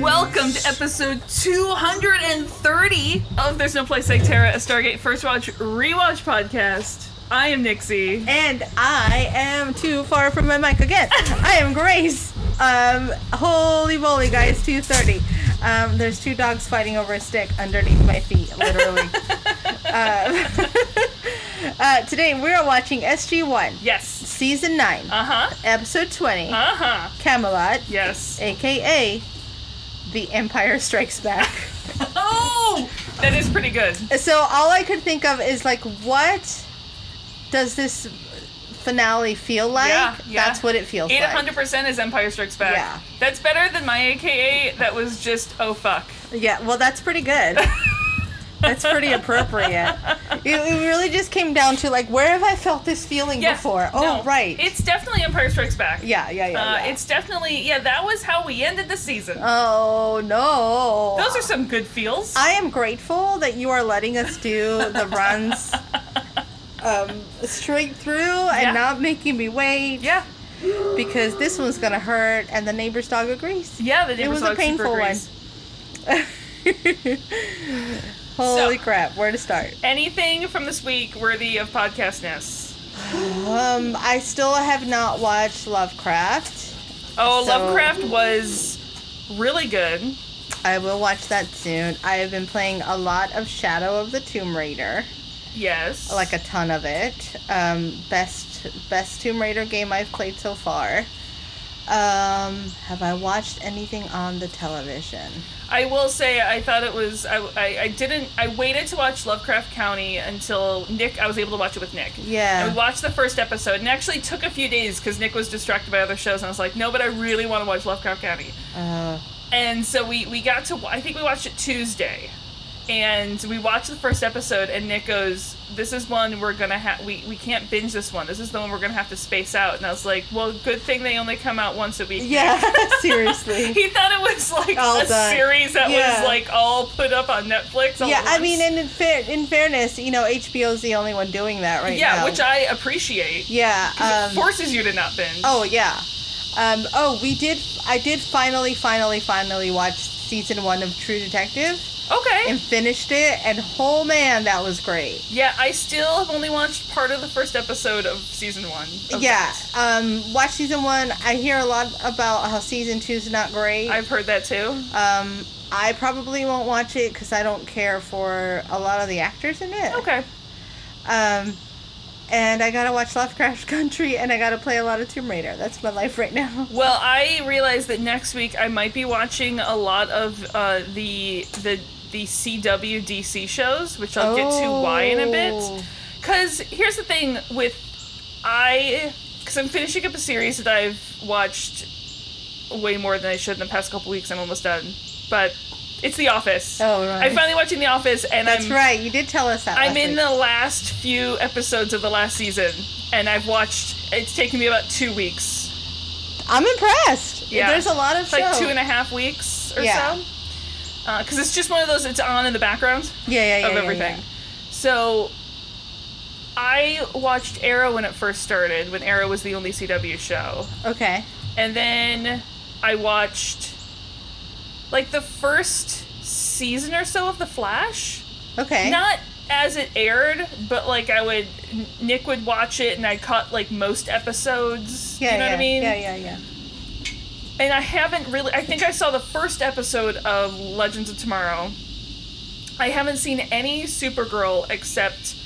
Welcome to episode 230 of There's No Place Like Terra, a Stargate First Watch Rewatch podcast. I am Nixie. And I am too far from my mic again. I am Grace. Um, holy moly, guys, 230. Um, there's two dogs fighting over a stick underneath my feet, literally. um, uh, today we are watching SG1, Yes. Season 9, Uh huh. Episode 20, Uh huh. Camelot, Yes. aka The Empire Strikes Back. Oh! That is pretty good. so all I could think of is like, what does this finale feel like? Yeah, yeah. That's what it feels It like. 100% is Empire Strikes Back. Yeah. That's better than my AKA that was just, oh fuck. Yeah, well, that's pretty good. that's pretty appropriate. It, it really just came down to like, where have I felt this feeling Yeah, before? Oh, no. right. It's definitely Empire Strikes Back. yeah, yeah, yeah. Uh, yeah. It's definitely, yeah, that was how we ended the season. oh no. Those are some good feels. I am grateful that you are letting us do the runs um, straight through and Yeah. not making me wait yeah. because this one's gonna hurt, and the neighbor's dog agrees. Yeah, the neighbors was a dog super painful one. agrees. Holy So- crap! Where to start? Anything from this week worthy of podcastness? Um, I still have not watched Lovecraft. Oh, So- Lovecraft was really good. I will watch that soon. I have been playing a lot of Shadow of the Tomb Raider, Yes. like a ton of it. Um, best best Tomb Raider game I've played so far. Um, have I watched anything on the television? I will say, I thought it was. I, I, I didn't. I waited to watch Lovecraft County until Nick. I was able to watch it with Nick. Yeah. I watched the first episode and actually took a few days because Nick was distracted by other shows, and I was like, no, but I really want to watch Lovecraft County. Uh, And so we we got to I think we watched it Tuesday, and we watched the first episode. And Nick goes, "This is one we're gonna have. We we can't binge this one. This is the one we're gonna have to space out." And I was like, "Well, good thing they only come out once a week." yeah, seriously. He thought it was like All a done. series that Yeah. was like all put up on Netflix. all yeah, at I once. mean, and in fair, in fairness, you know, HBO's the only one doing that right yeah, now. which I appreciate. yeah, It um, forces you to not binge. Oh yeah. Um, oh, we did. I did finally, finally, finally watch season one of True Detective okay. and finished it. And oh man, that was great. yeah, I still have only watched part of the first episode of season one. of yeah. that. Um, watch season one. I hear a lot about how season two's not great. I've heard that too. um, I probably won't watch it because I don't care for a lot of the actors in it. Okay. Um, and I gotta watch Lovecraft Country, and I gotta play a lot of Tomb Raider. That's my life right now. Well, I realize that next week I might be watching a lot of uh, the the the CW DC shows, which I'll get to why in a Oh. bit. Because here's the thing with I, because I'm finishing up a series that I've watched way more than I should in the past couple weeks. I'm almost done, but it's The Office. Oh, right. I'm finally watching The Office, and That's I'm right. You did tell us that. Um, I'm last in week. the last few episodes of the last season, and I've watched. It's taken me about two weeks I'm impressed. Yeah. There's a lot of It's like shows. two and a half weeks or Yeah. so. Because it's just one of those, it's on in the background yeah, yeah, yeah, of yeah, everything. yeah. So I watched Arrow when it first started, when Arrow was the only CW show. Okay. And then I watched like the first season or so of The Flash. Okay. Not as it aired, but like I would, Nick would watch it and I caught like most episodes. yeah, you know yeah, what I mean? Yeah, yeah, yeah. and I haven't really. I think I saw the first episode of Legends of Tomorrow. I haven't seen any Supergirl except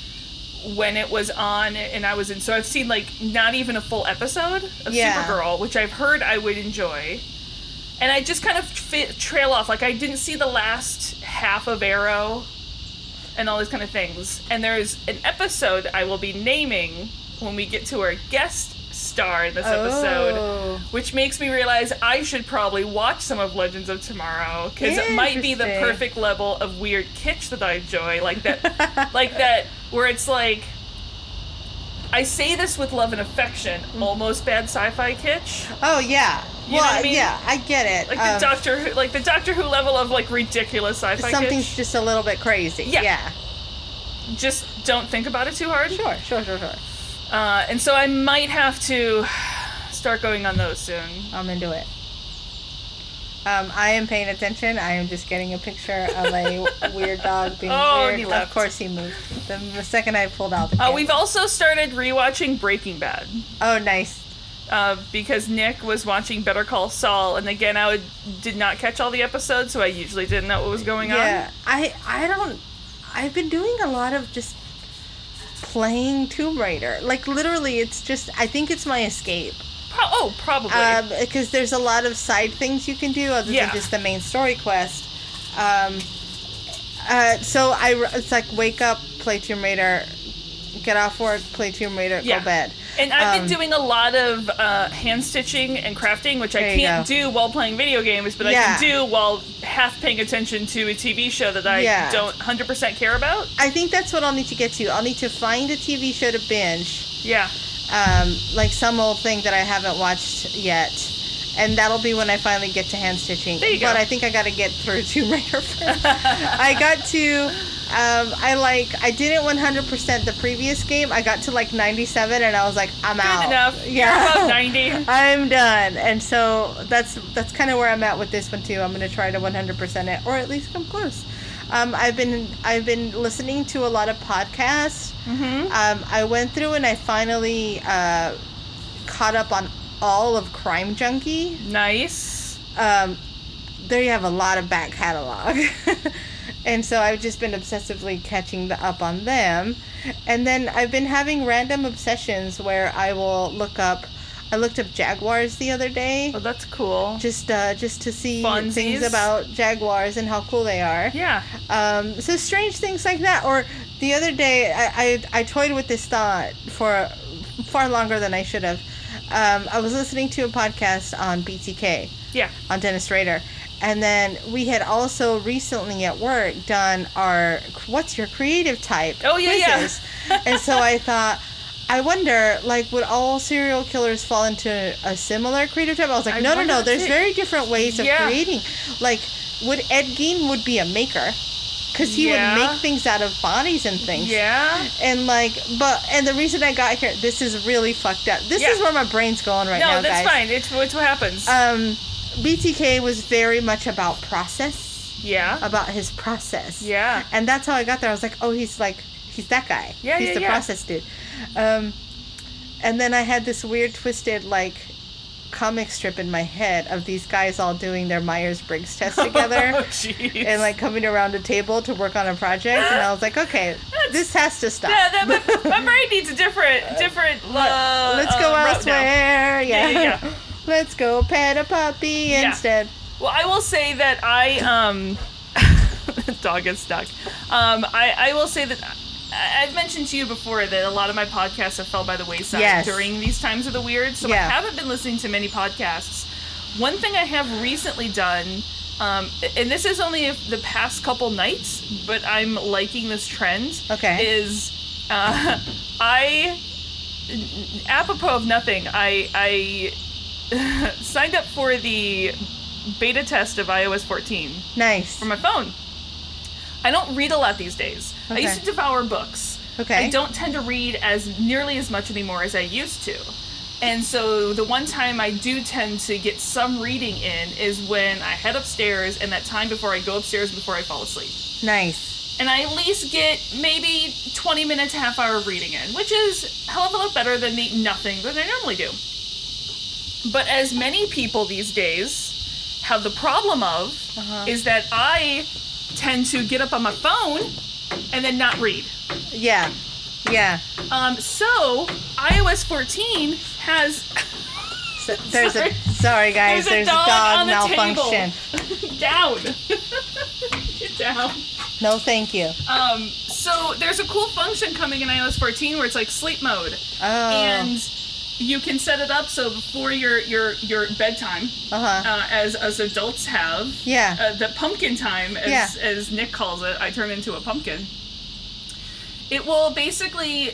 when it was on and I was in. So I've seen like not even a full episode of Yeah. Supergirl, which I've heard I would enjoy. And I just kind of fit, trail off. Like I didn't see the last half of Arrow and all these kind of things. And there's an episode I will be naming when we get to our guest star in this Oh. episode, which makes me realize I should probably watch some of Legends of Tomorrow because it might be the Interesting. perfect level of weird kitsch that I enjoy, like that, like that, where it's like. I say this with love and affection, Mm-hmm. almost bad sci-fi kitsch. Oh yeah. You know well, what I mean? yeah, I get it. Like Um, the Doctor Who, like the Doctor Who level of like ridiculous sci-fi something's kitsch. just a little bit crazy. Yeah. yeah. Just don't think about it too hard. Sure, sure, sure, sure. Uh, and so I might have to start going on those soon. I'm into it. Um, I am paying attention. I am just getting a picture of a weird dog being Oh, weird. and he Of left. course he moved. The, the second I pulled out the Uh, camera. we've also started rewatching Breaking Bad. Oh, nice. uh, because Nick was watching Better Call Saul, and again, I would, did not catch all the episodes, so I usually didn't know what was going Yeah. I I don't I've been doing a lot of just playing Tomb Raider. Like literally it's just I think it's my escape. on. Pro- oh, probably. Um, because there's a lot of side things you can do other Yeah. than just the main story quest. Um, uh, so I r- it's like wake up, play Tomb Raider, get off work, play Tomb Raider, Yeah. go bed. and I've um, been doing a lot of uh, hand stitching and crafting, which I There you can't go. do while playing video games, but I Yeah. can do while half paying attention to a TV show that I Yeah. don't 100% care about. I think that's what I'll need to get to. I'll need to find a TV show to binge, Yeah. um, like some old thing that I haven't watched yet. And that'll be when I finally get to hand stitching. There you go. but I think I got to get through Tomb Raider first. I got to. Um, I like. I didn't 100% the previous game. I got to like 97, and I was like, I'm out. Good enough. Yeah. You're above 90. I'm done. And so that's that's kind of where I'm at with this one too. I'm gonna try to 100% it, or at least come close. Um, I've been I've been listening to a lot of podcasts. Um, I went through and I finally uh, caught up on all of Crime Junkie Nice. um, there you have a lot of back catalog. and so I've just been obsessively catching the, up on them. And then I've been having random obsessions where I will look up. I looked up jaguars the other day, Oh, that's cool. just uh, just to see Funsies. things about jaguars and how cool they are. yeah. Um, so strange things like that. Or the other day, I, I, I toyed with this thought for far longer than I should have. Um, I was listening to a podcast on BTK Yeah. on Dennis Rader. And then we had also recently at work done our what's your creative type? Oh, yeah, yeah. and so I thought, I wonder, like, would all serial killers fall into a similar creative type? I was like, I no, no, wonder no. if There's it- very different ways of Yeah. creating. Like, would Ed Gein would be a maker? Because he Yeah. would make things out of bodies and things. Yeah. And like, but and the reason I got here, this is really fucked up. This Yeah. is where my brain's going right no, now, that's guys fine. It's, it's what happens. um, BTK was very much about process, yeah. about his process. Yeah. And that's how I got there. I was like, oh, he's like, he's that guy. Yeah, He's yeah, the yeah. process dude. Um, and then I had this weird, twisted, like, comic strip in my head of these guys all doing their Myers Briggs test Oh, together. jeez. And like coming around a table to work on a project, and I was like, okay, this has to stop. Yeah, that, my, my brain needs a different, different. Uh, Let's go uh, route now. elsewhere. yeah, Yeah. yeah. Let's go pet a puppy Yeah. instead. Well, I will say that I um, the dog is stuck. Um, I I will say that. I- I've mentioned to you before that a lot of my podcasts have fell by the wayside Yes. during these times of the weird, so I Yeah. haven't been listening to many podcasts. One thing I have recently done, um, and this is only the past couple nights, but I'm liking this trend. Okay. Is uh, I apropos of nothing, I I signed up for the beta test of iOS 14 Nice. for my phone. I don't read a lot these days. I used Okay. to devour books. Okay. I don't tend to read as nearly as much anymore as I used to. And so the one time I do tend to get some reading in is when I head upstairs and that time before I go upstairs before I fall asleep Nice. and I at least get maybe 20 minutes, half hour of reading in, which is a hell of a lot better than the nothing that I normally do. But as many people these days have the problem of Uh-huh. is that I tend to get up on my phone and then not read. Yeah. Yeah. Um, so iOS 14 has So there's Sorry. a sorry guys, There's there's, a dog a dog on the malfunction. down. get down. No thank you. Um, so there's a cool function coming in iOS 14 where it's like sleep mode. Oh. and you can set it up so before your your your bedtime, uh-huh. uh, as as adults have, yeah. uh, the pumpkin time, as Yeah. as Nick calls it, I turn into a pumpkin. It will basically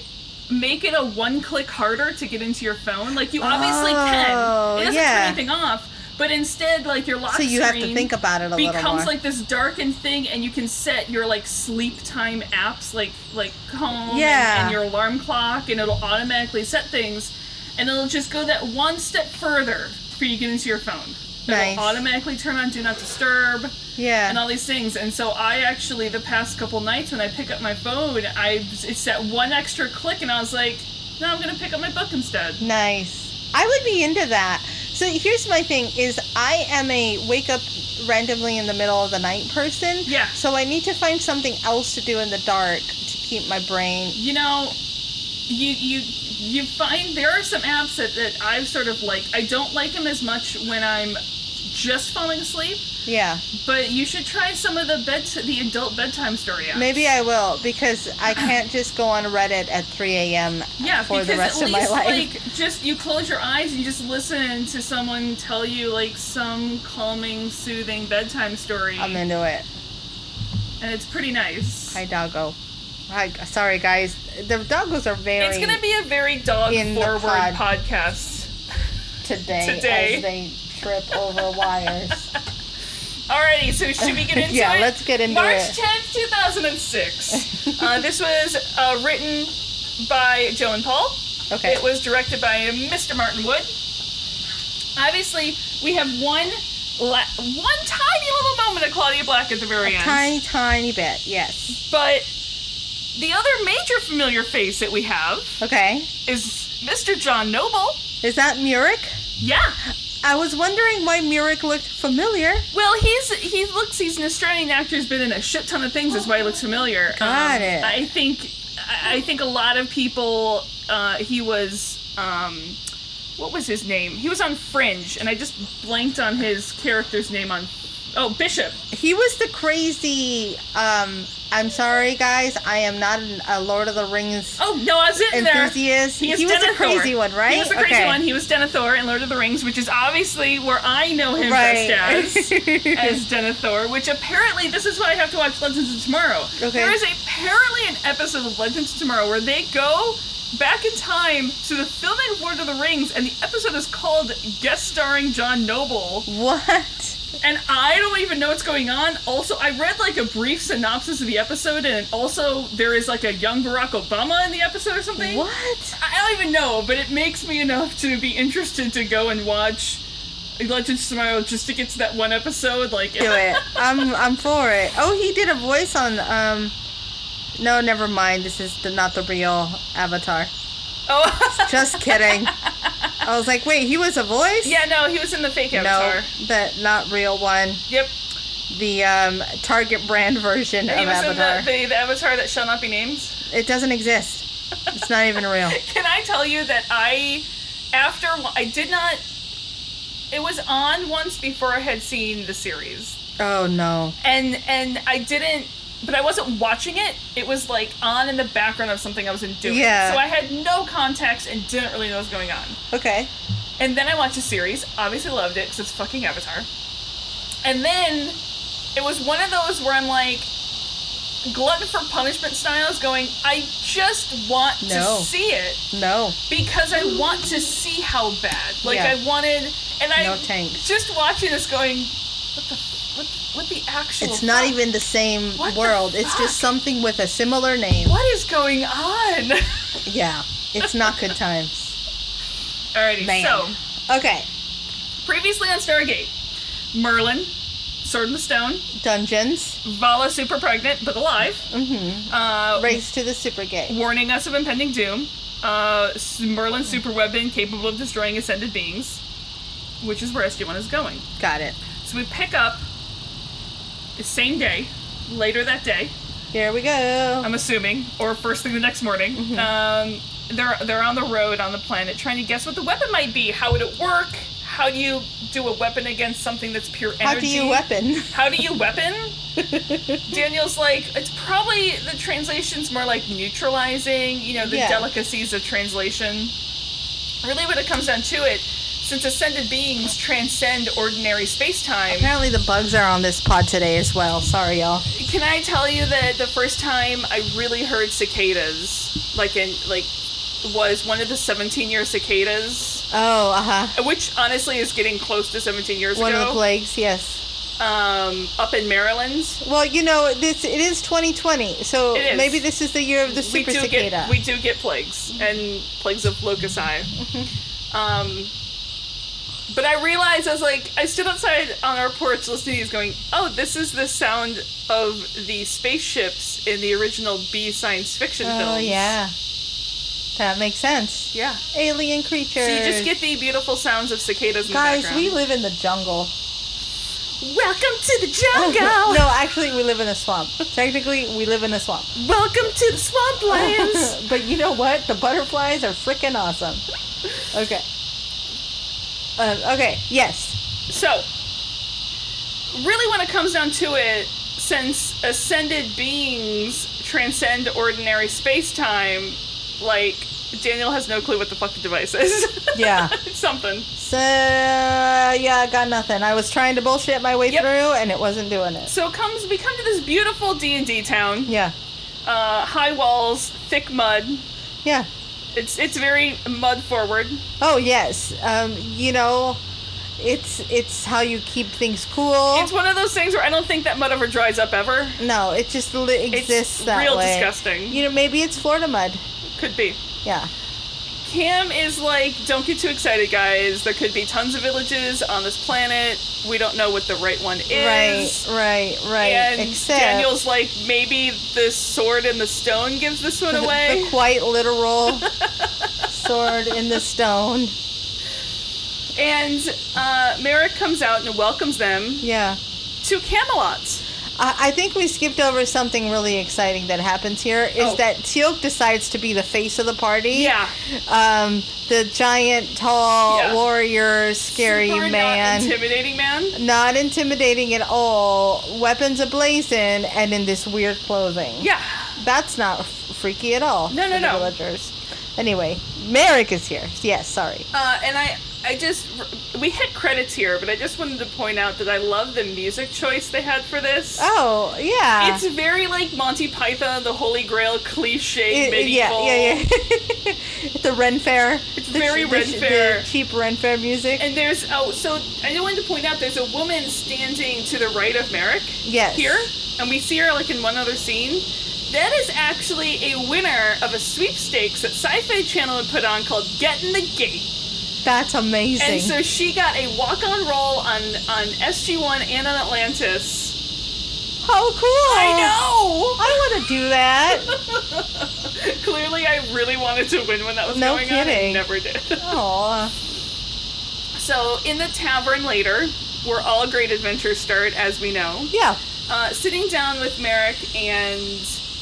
make it a one click harder to get into your phone. Like you obviously can. Oh, It doesn't yeah. turn anything off, but instead like your lock So you have to screen think about it a little more. becomes like this darkened thing and you can set your like sleep time apps like like home and- Yeah. and, your alarm clock and it'll automatically set things and it'll just go that one step further before you get into your phone. Nice. It'll automatically turn on do not disturb yeah. and all these things. And so I actually, the past couple nights when I pick up my phone, I it's that one extra click, and I was like, no, I'm gonna pick up my book instead. Nice. I would be into that. So here's my thing is I am a wake up randomly in the middle of the night person. Yeah. So I need to find something else to do in the dark to keep my brain You know, you you you find there are some apps that, that I've sort of like. I don't like them as much when I'm just falling asleep, Yeah. but you should try some of the bed the adult bedtime story apps. Maybe I will because I can't just go on Reddit at 3 a.m. Yeah, for because the rest at of my least life. like just you close your eyes and you just listen to someone tell you like some calming, soothing bedtime story. I'm into it. and it's pretty nice. Hi, doggo. Hi, sorry, guys. The doggos are very It's gonna be a very dog In the forward pod. podcast. today, today. as they trip over wires. Alrighty, so should we get into Yeah, it? let's get into March it. tenth, two thousand and six. uh, this was uh, written by Joe and Paul. Okay. It was directed by Mr. Martin Wood. Obviously, we have one la- one tiny little moment of Claudia Black at the very end. tiny, tiny bit. Yes. But the other major familiar face that we have Okay. is Mr. John Noble. Is that Murik? Yeah. I was wondering why Murik looked familiar. Well, he's he looks he's an Australian actor who's been in a shit ton of things. That's why he looks familiar. Got Um, it. I think I I think a lot of people uh, he was um, what was his name? He was on Fringe, and I just blanked on his character's name on oh Bishop. He was the crazy. Um, I'm sorry, guys. I am not an, a Lord of the Rings Oh no, I was in there. enthusiast. He, is was the Denethor. crazy one, right? He was the crazy okay. one. He was Denethor in Lord of the Rings, which is obviously where I know him Right. best as. as Denethor, which apparently this is why I have to watch Legends of Tomorrow. Okay. There is apparently an episode of Legends of Tomorrow where they go back in time to the filming of Lord of the Rings, and the episode is called Guest Starring John Noble. what? And I don't even know what's going on. Also, I read like a brief synopsis of the episode, and also there is like a young Barack Obama in the episode or something. What? I don't even know, but it makes me enough to be interested to go and watch Legends of Tomorrow just to get to that one episode. Like, Do it. I'm I'm for it. Oh, he did a voice on. Um, no, never mind. This is the, not the real Avatar. Oh, Just kidding. I was like, wait, he was a voice? yeah, no, he was in the fake No, Avatar. the not real one. Yep. The um, Target brand version He of was Avatar. in the, the, the Avatar that shall not be named. It doesn't exist. It's not even real. Can I tell you that I, after, I did not, it was on once before I had seen the series. Oh no. And, and I didn't, but I wasn't watching it. It was like on in the background of something I was doing. Yeah. So I had no context and didn't really know what was going on. Okay. And then I watched a series, obviously loved it because it's fucking Avatar. And then it was one of those where I'm like, glutton for punishment styles going, I just want No. to see it No. because I want to see how bad. Like Yeah. I wanted, and I No tanks. just watching this going, what the, what, what the actual? It's not Oh, fuck? even the same What the world. it's fuck? just something with a similar name. What is going on? Yeah. It's not good times. Alrighty, Man. so Okay. previously on Stargate, Merlin, Sword in the Stone, Dungeons. Vala super pregnant but alive. Mm-hmm. Uh, Race to the super gay. warning us of impending doom. Uh, s- Merlin's super weapon capable of destroying ascended beings, which is where SG1 is going. Got it. So we pick up the same day, later that day, Here we go. I'm assuming, or first thing the next morning. Mm-hmm. Um, they're they're on the road on the planet trying to guess what the weapon might be. How would it work? How do you do a weapon against something that's pure energy? How do you weapon? How do you weapon? Daniel's like, it's probably the translation's more like neutralizing, you know, the Yeah. delicacies of translation. Really, when it comes down to it, since ascended beings transcend ordinary space time, Apparently the bugs are on this pod today as well. Sorry, y'all. can I tell you that the first time I really heard cicadas, like in like was one of the 17 year cicadas, Oh, uh huh. which honestly is getting close to 17 years One ago. of the plagues, yes. um, up in Maryland. Well, you know, this it is 2020, so It is. maybe this is the year of the super we do cicada. get we do get plagues and plagues of locusi. Mm-hmm. um, but I realized I was like I stood outside on our porch listening to these, going, "Oh, this is the sound of the spaceships in the original B science fiction oh, films." yeah. That makes sense. yeah. Alien creatures. So you just get the beautiful sounds of cicadas in Guys, the we background. live in the jungle. Welcome to the Oh, jungle. no, actually, we live in a swamp. Technically, we live in a swamp. Welcome to the swamplands. but you know what? The butterflies are freaking awesome. Okay. Um, okay. Yes. So, really, when it comes down to it, since ascended beings transcend ordinary space time, like, Daniel has no clue what the fuck the device is. Yeah. it's something. So yeah, I got nothing. I was trying to bullshit my way Yep. through, and it wasn't doing it. So, it comes we come to this beautiful D&D town. Yeah. Uh, high walls, thick mud. Yeah. It's, it's very mud forward. Oh yes. Um, you know, it's it's how you keep things cool. It's one of those things where I don't think that mud ever dries up ever. no, it just li- exists that real way. disgusting. You know, maybe it's Florida mud. Could be. Yeah. Cam is like, don't get too excited, guys. There could be tons of villages on this planet. We don't know what the right one is. Right. Right. Right. And Except Daniel's like, maybe the sword and the stone gives this one the, away. the quite literal sword in the stone. and uh, Merrick comes out and welcomes them Yeah. to Camelot. I I think we skipped over something really exciting that happens here is Oh. that Teal'c decides to be the face of the party. Yeah. Um, the giant, tall, Yeah. warrior, scary Super man. Not intimidating man. not intimidating at all, weapons ablazing, and in this weird clothing. Yeah. That's not f- freaky at all. No, no, for the no. Villagers. Anyway, Merrick is here. Yes, sorry. Uh, and I, I just, we hit credits here, but I just wanted to point out that I love the music choice they had for this. Oh, yeah. It's very like Monty Python, the Holy Grail cliche It- it- yeah, medieval. yeah, yeah. the Ren Fair. It's The very ch- Ren the, ch- Fair. The cheap Ren Fair music. And there's oh, so I just wanted to point out there's a woman standing to the right of Merrick. Yes. Here, and we see her like in one other scene. That is actually a winner of a sweepstakes that Sci-Fi Channel had put on called "Get in the Gate," That's amazing. and so she got a walk-on role on on SG One and on Atlantis. How cool! I I want to do that. know. Clearly, I really wanted to win when that was No going kidding. on. I never did. Aw. So in the tavern later, where all great adventures start, as we know, Yeah. uh, sitting down with Merrick and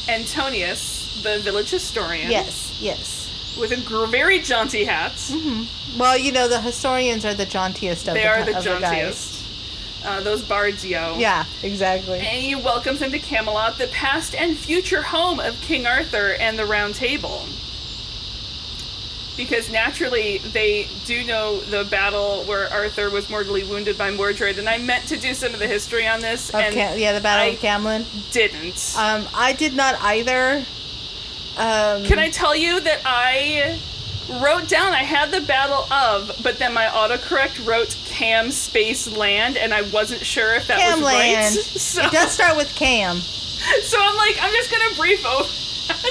Antonius, the village historian, Yes. Yes. with a gr- very jaunty hat. Well, you know the historians are the jauntiest of They the are the of the guys. jauntiest. Uh, those bards, yo. Yeah. Exactly. And he welcomes him to Camelot, the past and future home of King Arthur and the Round Table. Because naturally, they do know the battle where Arthur was mortally wounded by Mordred, and I meant to do some of the history on this, Of and Cam- yeah, the Battle I- of Camlin. didn't. Um, I did not either. Um, Can I tell you that I wrote down I had the battle of, but then my autocorrect wrote Cam Space Land, and I wasn't sure if that Camland. was right. It So, does start with Cam. so I'm like, I'm just gonna brief over.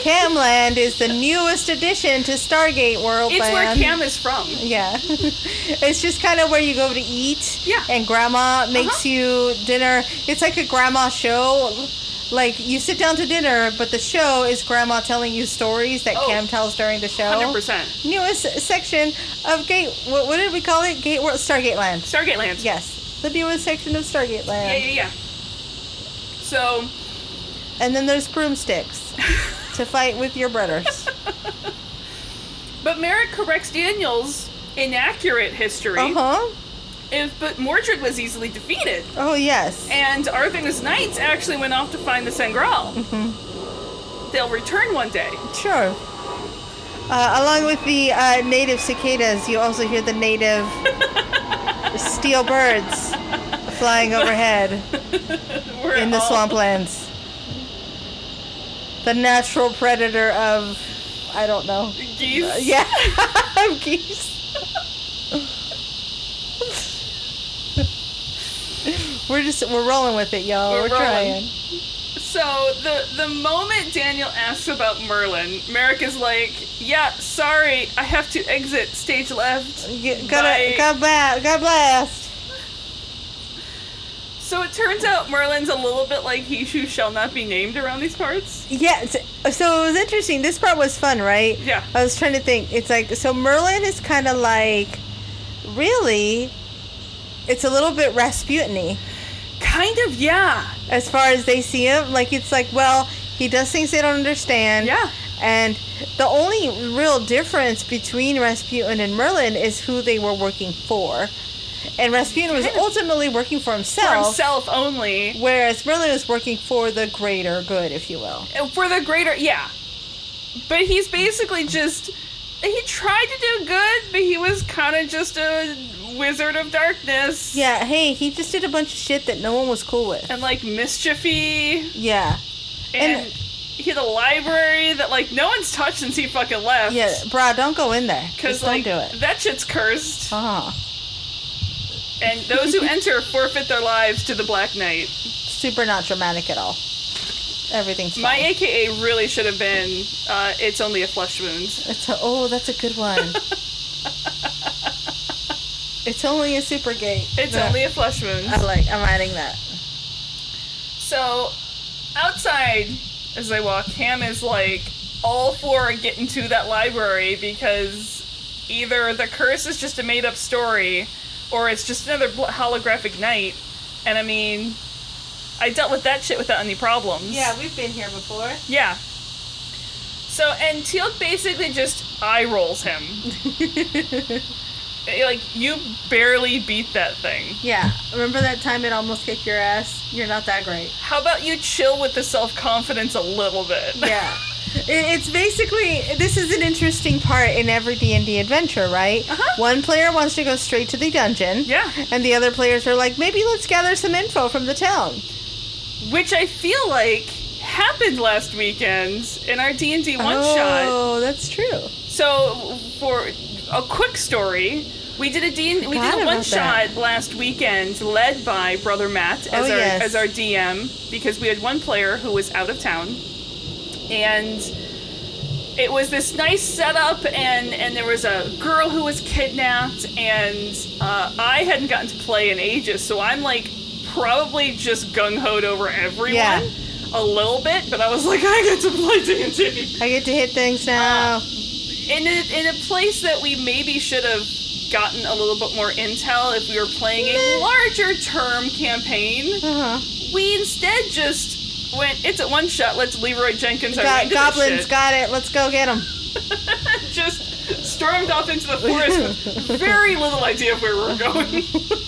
Camland is the newest addition to Stargate World. It's where Land. Cam is from. Yeah. it's just kind of where you go to eat. Yeah. And grandma makes Uh-huh. you dinner. It's like a grandma show. Like you sit down to dinner, but the show is grandma telling you stories that Oh. Cam tells during the show. Hundred percent. Newest section of Gate. What, what did we call it? Gate World Stargate Land. Stargate Land. Yes, the newest section of Stargate Land. Yeah, yeah, yeah. So And then there's broomsticks to fight with your brothers. but Merrick corrects Daniel's inaccurate history. Uh huh. If but Mordred was easily defeated. Oh yes. And Arthur and his knights actually went off to find the Sangreal. Mm-hmm. They'll return one day. Sure. Uh, along with the uh, native cicadas, you also hear the native steel birds flying overhead We're in the all- swamplands. The natural predator of I don't know. Geese. Uh, yeah, I'm geese. we're just we're rolling with it, y'all. We're We're, rolling. trying. So the the moment Daniel asks about Merlin, Merrick is like, "Yeah, sorry, I have to exit stage left." G- Bye. gotta, God blast. God blast. So it turns out Merlin's a little bit like he who shall not be named around these parts. Yeah. So, so it was interesting. This part was fun, right? Yeah. I was trying to think. It's like so Merlin is kind of like really. It's a little bit Rasputiny. Kind of, yeah. as far as they see him. Like it's like, well, he does things they don't understand. Yeah. And the only real difference between Rasputin and Merlin is who they were working for. And Rasputin was Kind of- ultimately working for himself, For himself only. whereas Merlin was working for the greater good, if you will. And For the greater, yeah. But he's basically just. He tried to do good, but he was kind of just a wizard of darkness. Yeah, hey, he just did a bunch of shit that no one was cool with. And like mischiefy. Yeah. And, And- he had a library that like no one's touched since he fucking left. Yeah, brah, don't go in there. Because Just like don't do it. that shit's cursed, Uh-huh. and those who enter forfeit their lives to the Black Knight. Super not dramatic at all. Everything's fine. My AKA really should have been. Uh, it's only a flesh wound. It's a, oh, that's a good one. it's only a super gate. It's Yeah. only a flesh wound. I like. I'm adding that. So, outside, as they walk, Ham is like, all four are getting to that library because either the curse is just a made up story or it's just another bl- holographic night. And I mean, I dealt with that shit without any problems. we've been here before. Yeah. So, and Teal'c basically just eye rolls him. like, you barely beat that thing. Yeah, remember that time it almost kicked your ass? You're not that great. How about you chill with the self confidence a little bit? Yeah. It- It's basically this is an interesting part in every D and D adventure, right? Uh-huh. One player wants to go straight to the dungeon, Yeah. and the other players are like, maybe let's gather some info from the town. which I feel like happened last weekend in our D and D one shot. Oh, that's true. So for a quick story, we did a D and we Forgot did a about one shot last weekend, led by brother Matt as Oh, our yes. as our DM because we had one player who was out of town, and it was this nice setup and and there was a girl who was kidnapped and uh, I hadn't gotten to play in ages so I'm like probably just gung hoed over everyone Yeah. a little bit but I was like I get to play D and D I get to hit things now. in a in a place that we maybe should have gotten a little bit more intel if we were playing a larger term campaign Uh-huh. we instead just went it's a one shot let's Leroy Jenkins our way Got, into this goblins shit. got it. Let's go get them. just stormed off into the forest with very little idea of where we were going.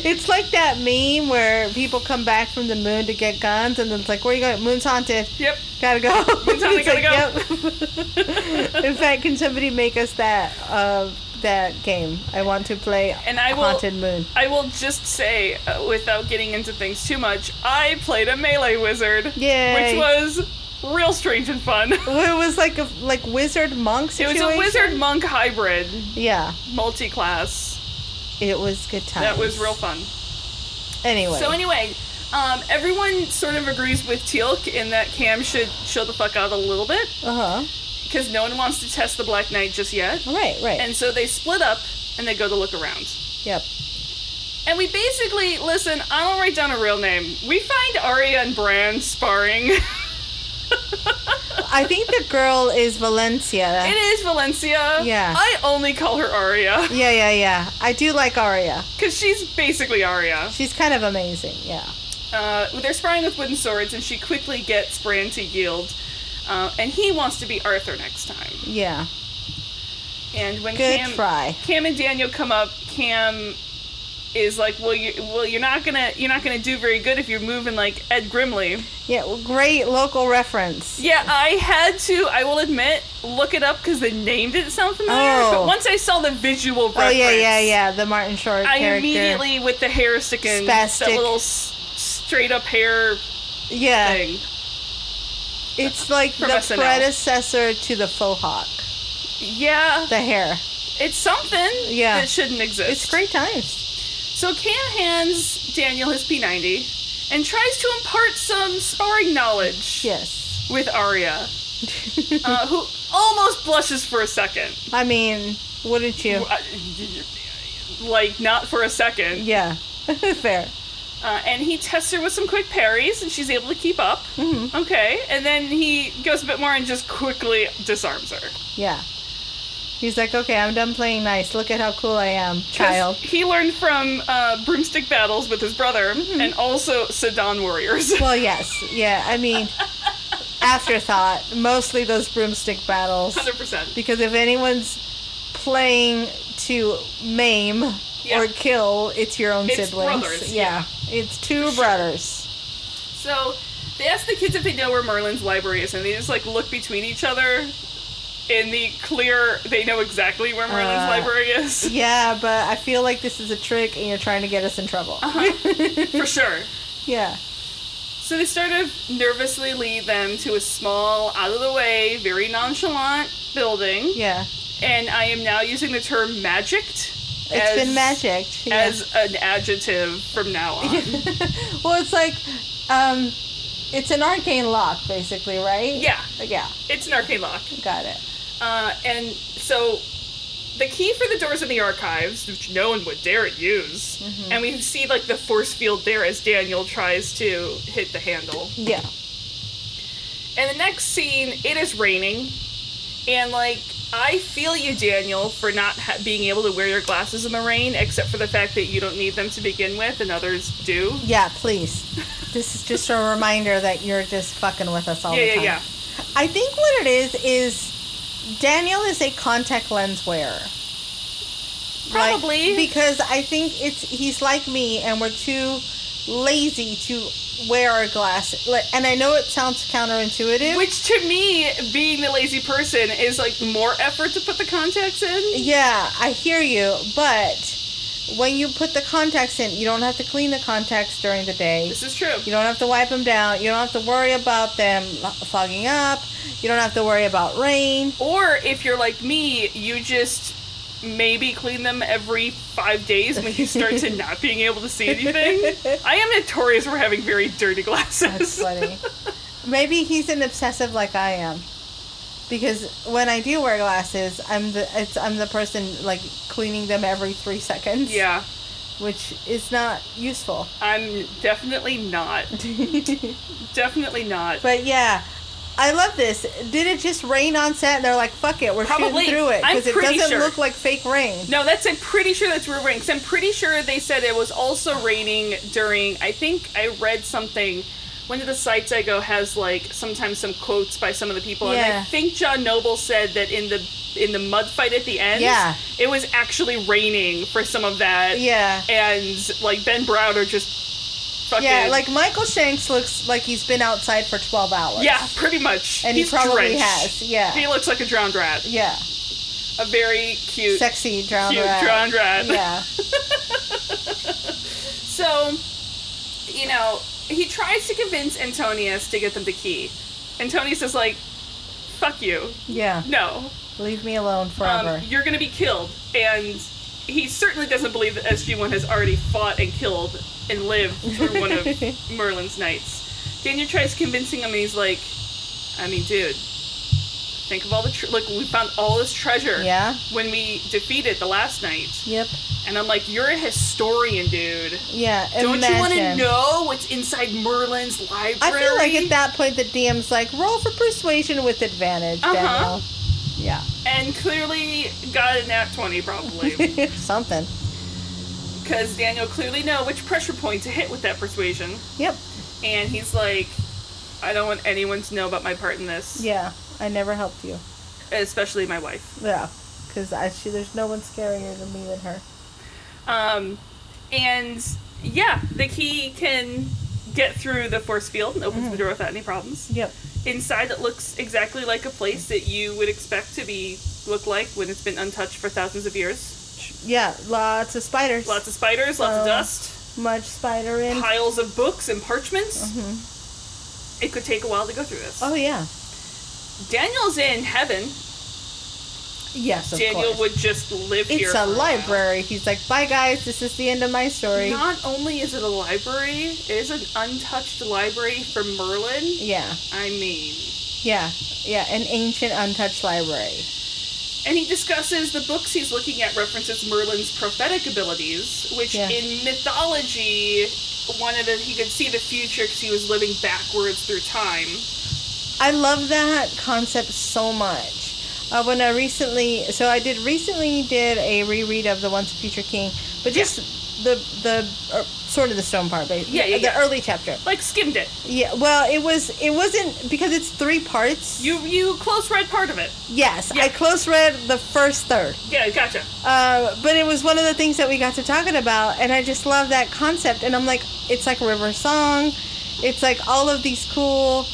It's like that meme where people come back from the moon to get guns, and then it's like, "Where you going? Moon's haunted. yep. Gotta go." Moon's haunted, It's gotta like, "Yep." In fact, can somebody make us that uh, that game? I want to play And I will- haunted moon. I will just say, uh, without getting into things too much, I played a melee wizard, Yay. which was real strange and fun. It Well, It was like a like wizard monk was situation. a wizard monk hybrid Yeah, multi class. it was good time. That was real fun. Anyway, So anyway, um, everyone sort of agrees with Teal'c in that Cam should chill the fuck out a little bit uh huh. because no one wants to test the Black Knight just yet. Right, right. And so they split up and they go to look around. yep. And we basically listen. I don't write down a real name. We find Arya and Bran sparring. it I think the girl is Valencia. is Valencia. Yeah. I only call her Arya Yeah, yeah, yeah. I do like Arya. because she's basically Arya. She's kind of amazing. Yeah. Uh, they're sparring with wooden swords, and she quickly gets Bran to yield. Uh, and he wants to be Arthur next time. Yeah. And when Good Cam, try. Cam and Daniel come up, Cam is like, "Well, you, well, you're not gonna, you're not gonna do very good if you're moving like Ed Grimley." Yeah, well, great local reference. Yeah, I had to, I will admit, look it up because the name didn't sound familiar. But Oh. once I saw the visual reference, oh yeah, yeah, yeah. The Martin Short I character. immediately, with the hair sticking, that Spastic. little s- straight up hair yeah. thing. It's like From the SNL. predecessor to the faux hawk, Yeah, the hair. it's something Yeah. that shouldn't exist. It's great times. So Cam hands Daniel his P90 and tries to impart some sparring knowledge Yes. with Arya, uh, Hmm. who almost blushes for a second. I mean, wouldn't you? Uh, Like, not for a second. Yeah. Fair. Uh, and he tests her with some quick parries, and she's able to keep up. Mm-hmm. Okay. And then he goes a bit more and just quickly disarms her. 'Cause Yeah. He's like, okay, I'm done playing nice. Look at how cool I am, child. He learned from uh, broomstick battles with his brother Mm-hmm. and also Sedan warriors. Well, yes. Yeah, I mean, afterthought. Mostly those broomstick battles. 100%. Because if anyone's playing to maim Yeah. or kill, it's your own It's siblings. brothers, yeah. It's two brothers. So they ask the kids if they know where Merlin's library is, and they just like look between each other. In the clear, they know exactly where Merlin's Uh, library is Yeah, but I feel like this is a trick and you're trying to get us in trouble. for sure. Yeah. So they sort of nervously lead them to a small, out of the way, very nonchalant building, Yeah. and I am now using the term magicked. It's been magic. As an adjective from now on. well, it's like, um, it's an arcane lock, basically, right? Yeah. Yeah, it's an arcane lock. got it. Uh, and so the key for the doors in the archives, which no one would dare use, Mm-hmm. and we see like the force field there as Daniel tries to hit the handle. Yeah. And the next scene, it is raining, and like I feel you, Daniel, for not ha- being able to wear your glasses in the rain, except for the fact that you don't need them to begin with, and others do. Yeah, please. This is just a reminder that you're just fucking with us all yeah, the yeah, time. yeah. I think what it is is Daniel is a contact lens wearer. Like, Probably. because I think it's he's like me and we're too lazy to wear our glasses. Like, And I know it sounds counterintuitive. which to me, being the lazy person, is like more effort to put the contacts in. Yeah, I hear you, but when you put the contacts in, you don't have to clean the contacts during the day. This is true. You don't have to wipe them down. You don't have to worry about them fogging up. You don't have to worry about rain. Or if you're like me, you just maybe clean them every five days when you start to not being able to see anything. I am notorious for having very dirty That's glasses. funny. Maybe he's an obsessive like I am, because when I do wear glasses, I'm the it's I'm the person like cleaning them every three seconds. yeah, which is not useful. I'm definitely not. Definitely not. But yeah, I love this. Did it just rain on set? And they're like, "Fuck it, we're Probably. shooting through it I'm because it pretty doesn't sure. look like fake rain." no, that's. I'm pretty sure that's where we're raining. 'cause I'm pretty sure they said it was also raining during. I think I read something. One of the sites I go has like sometimes some quotes by some of the people, and I Yeah. think John Noble said that in the in the mud fight at the end, Yeah. it was actually raining for some of that. Yeah, and like Ben Browder just fucking yeah. Like Michael Shanks looks like he's been outside for twelve hours. yeah, pretty much. and he He's probably drenched. has. Yeah, He looks like a drowned rat. yeah. A very cute, Sexy drowned cute rat. drowned rat. Yeah, So, you know, he tries to convince Antonius to get them the key. Antonius is like, "Fuck you, yeah. no, Leave me alone forever. um, you're gonna be killed." And he certainly doesn't believe that SG1 has already fought and killed and lived through one of Merlin's knights. Daniel tries convincing him, and he's like, "I mean, dude." Think of all the tre- like we found all this treasure Yeah. when we defeated the last knight, yep. and I'm like, you're a historian, dude. Yeah. Don't you want to imagine. know what's inside Merlin's library? I feel like at that point the DM's like, roll for persuasion with advantage, Uh-huh. Daniel. Yeah. And clearly got a nat 20, probably. Something. Because Daniel clearly know which pressure point to hit with that persuasion. Yep. And he's like, I don't want anyone to know about my part in this. Yeah. I never helped you. Especially my wife. Yeah. Because I she there's no one scarier than me than her. Um, and yeah, the key can get through the force field and opens the Mm-hmm. door without any problems. Yep. Inside, it looks exactly like a place that you would expect to be look like when it's been untouched for thousands of years. Yeah. Lots of spiders. Lots of spiders, lots of Oh. dust, Much spider in. piles of books and parchments. it could take a while to go through this. Mm-hmm. Oh yeah. Daniel's in heaven. Yes, of Daniel course. would just live here. it's for a while. library. He's like, bye guys, this is the end of my story. Not only is it a library, it is an untouched library for Merlin. yeah, I mean, yeah, yeah. An ancient, untouched library. and he discusses the books he's looking at references Merlin's prophetic abilities, which Yeah. in mythology, one of the he could see the future because he was living backwards through time. I love that concept so much. Uh, when I recently, so I did recently did a reread of the Once a Future King, but just the the uh, sort of the stone part, but Yeah, yeah, the yeah. early chapter. Like skimmed it. Yeah, well, it was it wasn't because it's three parts. You you close read part of it. yes, Yeah. I close read the first third. Yeah, gotcha. Uh, but it was one of the things that we got to talking about, and I just love that concept. And I'm like, it's like River Song, it's like all of these cool,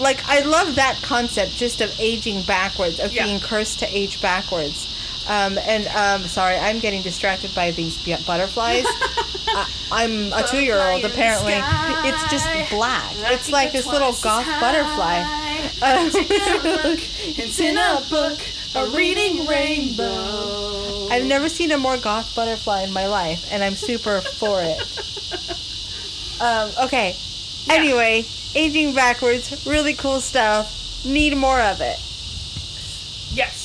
like I love that concept just of aging backwards, of Yeah. being cursed to age backwards. Um, and um, sorry, I'm getting distracted by these bu- butterflies. I, I'm a two year Butterfly in old the apparently. sky. It's just black. It's Nothing like but this little twice as goth butterfly. high. Uh, Take a look. It's in a book, a reading rainbow. I've never seen a more goth butterfly in my life, and I'm super for it. Um, okay. Yeah. Anyway, aging backwards, really cool stuff. Need more of it. Yes.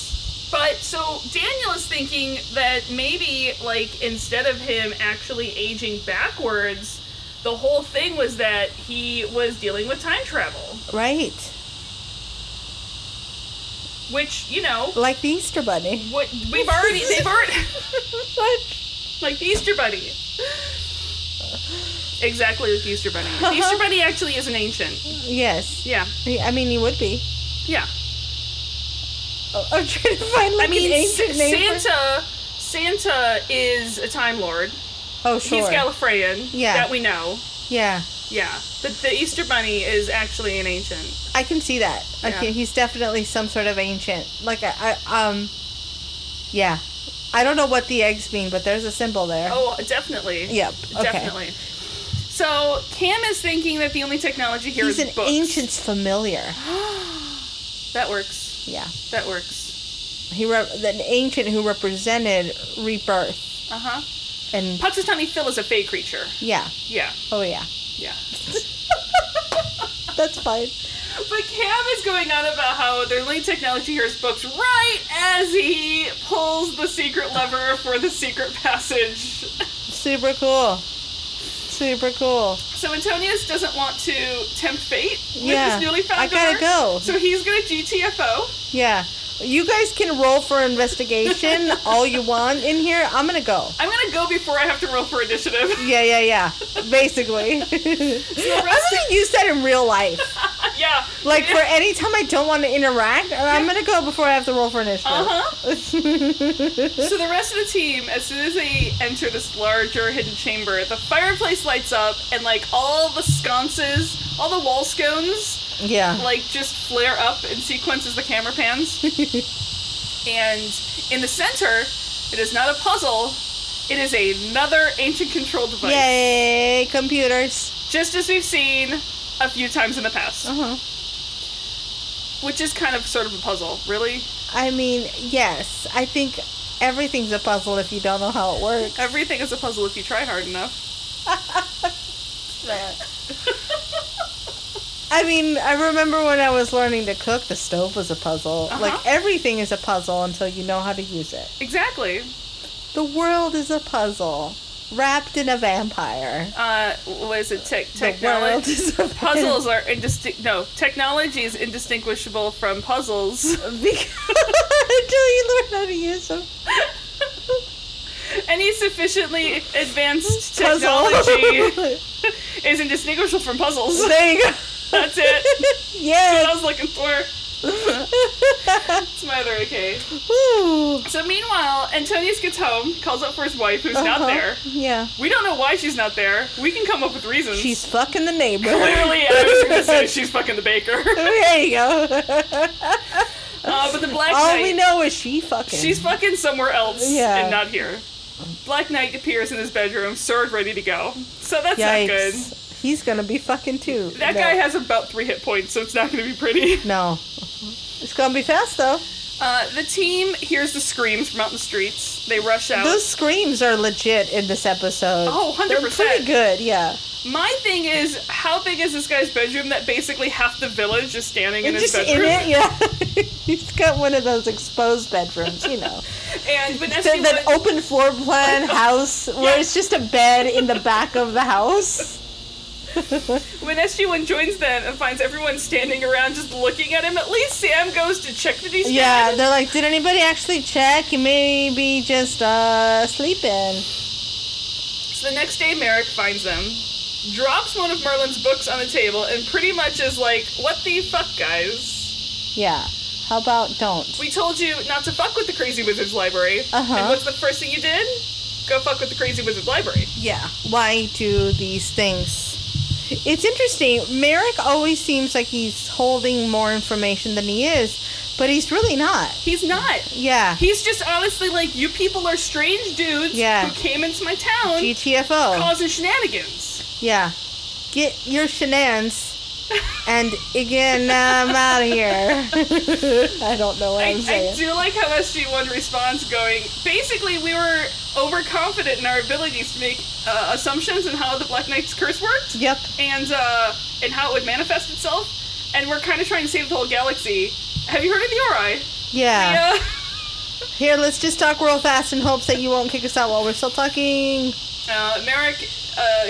But so Daniel is thinking that maybe, like, instead of him actually aging backwards, the whole thing was that he was dealing with time travel, Right. which you know, Like the Easter Bunny. what we've already they've already What? like the Easter Bunny. Exactly like the Easter Bunny. The Easter Bunny actually isn't ancient. Yes. Yeah, I mean, he would be. yeah. Oh, I'm trying to find like I mean, an ancient S- name. for- Santa. Santa is a Time Lord. Oh, sure. He's Gallifreyan. Yeah. That we know. yeah. Yeah. But the Easter Bunny is actually an ancient. I can see that. I Yeah. can, he's definitely some sort of ancient. Like I, I um, yeah. I don't know what the eggs mean, but there's a symbol there. Oh, definitely. Yep. Okay. Definitely. So Cam is thinking that the only technology here is He's an books. ancient familiar. That works. Yeah. That works. He re- an ancient who represented rebirth Uh huh. and Puxatani Phil is a fey creature. yeah. Yeah. Oh yeah. Yeah. That's fine. But Cam is going on about how their only technology here is books right as he pulls the secret lever for the secret passage. Super cool. Super cool. So Antonius doesn't want to tempt fate with Yeah. his newly found I gotta daughter. go. So he's gonna GTFO. Yeah. You guys can roll for investigation all you want in here. I'm gonna go. I'm gonna go before I have to roll for initiative. Yeah, yeah, yeah. Basically. I'm gonna use that in real life. yeah. Like for any time I don't want to interact, uh, I'm gonna go before I have to roll for initiative. Uh-huh. so the rest of the team, as soon as they enter this larger hidden chamber, the fireplace lights up and like all the sconces, all the wall scones Yeah. like just flare up in sequence as the camera pans. and in the center, it is not a puzzle. It is another ancient control device. Yay, computers. Just as we've seen a few times in the past. Uh-huh. Which is kind of sort of a puzzle, really. I mean, yes. I think everything's a puzzle if you don't know how it works. Everything is a puzzle if you try hard enough. I mean, I remember when I was learning to cook, the stove was a puzzle. Uh-huh. Like everything is a puzzle until you know how to use it. Exactly. The world is a puzzle wrapped in a vampire. Uh, what is it? Tech The world technology. is a Puzzles are indistinct. No, technology is indistinguishable from puzzles. Because until you learn how to use them. Any sufficiently advanced Puzzle. technology is indistinguishable from puzzles. there you go. That's it. What I Yes. was looking for. It's my other AK. Woo. So meanwhile, Antonius gets home, calls up for his wife, who's Uh-huh. not there. Yeah. We don't know why she's not there. We can come up with reasons. She's fucking the neighbor. clearly. I was going to say she's fucking the baker. there you go. Uh, but the Black All Knight. we know is she fucking. She's fucking somewhere else Yeah. and not here. Black Knight appears in his bedroom, sword ready to go. So that's not good. he's gonna be fucking too. That No. guy has about three hit points, so it's not going to be pretty. No. It's gonna be fast though. Uh, the team hears the screams from out in the streets. They rush out. Those screams are legit in this episode. Oh, They're 100%. pretty good, yeah. My thing is, how big is this guy's bedroom that basically half the village is standing in And his just bedroom? in it, yeah. he's got one of those exposed bedrooms, you know. And Vanessa, the, that went- open floor plan house where it's just a bed in the back of the house. When SG1 joins them and finds everyone standing around just looking at him, at least Sam goes to check that he's Yeah, dead. they're like, did anybody actually check? You may be just uh, sleeping. So the next day, Merrick finds them, drops one of Merlin's books on the table, and pretty much is like, What the fuck, guys? Yeah. How about don't? We told you not to fuck with the Crazy Wizards Library. Uh-huh. And what's the first thing you did? Go fuck with the Crazy Wizards Library. Yeah. Why do these things? It's interesting. Merrick always seems like he's holding more information than he is, but he's really not. He's not. Yeah. He's just honestly like, You people are strange dudes Yeah. who came into my town GTFO. causing shenanigans. Yeah. Get your shenanigans and again, I'm out of here. I don't know what I, I'm I saying. do like how SG1 responds going, basically, we were overconfident in our abilities to make uh, assumptions in how the Black Knight's curse worked Yep. and, uh, and how it would manifest itself, and we're kind of trying to save the whole galaxy. Have you heard of the Ori? Yeah. The, uh, Here, let's just talk real fast in hopes that you won't kick us out while we're still talking. uh, Merrick uh,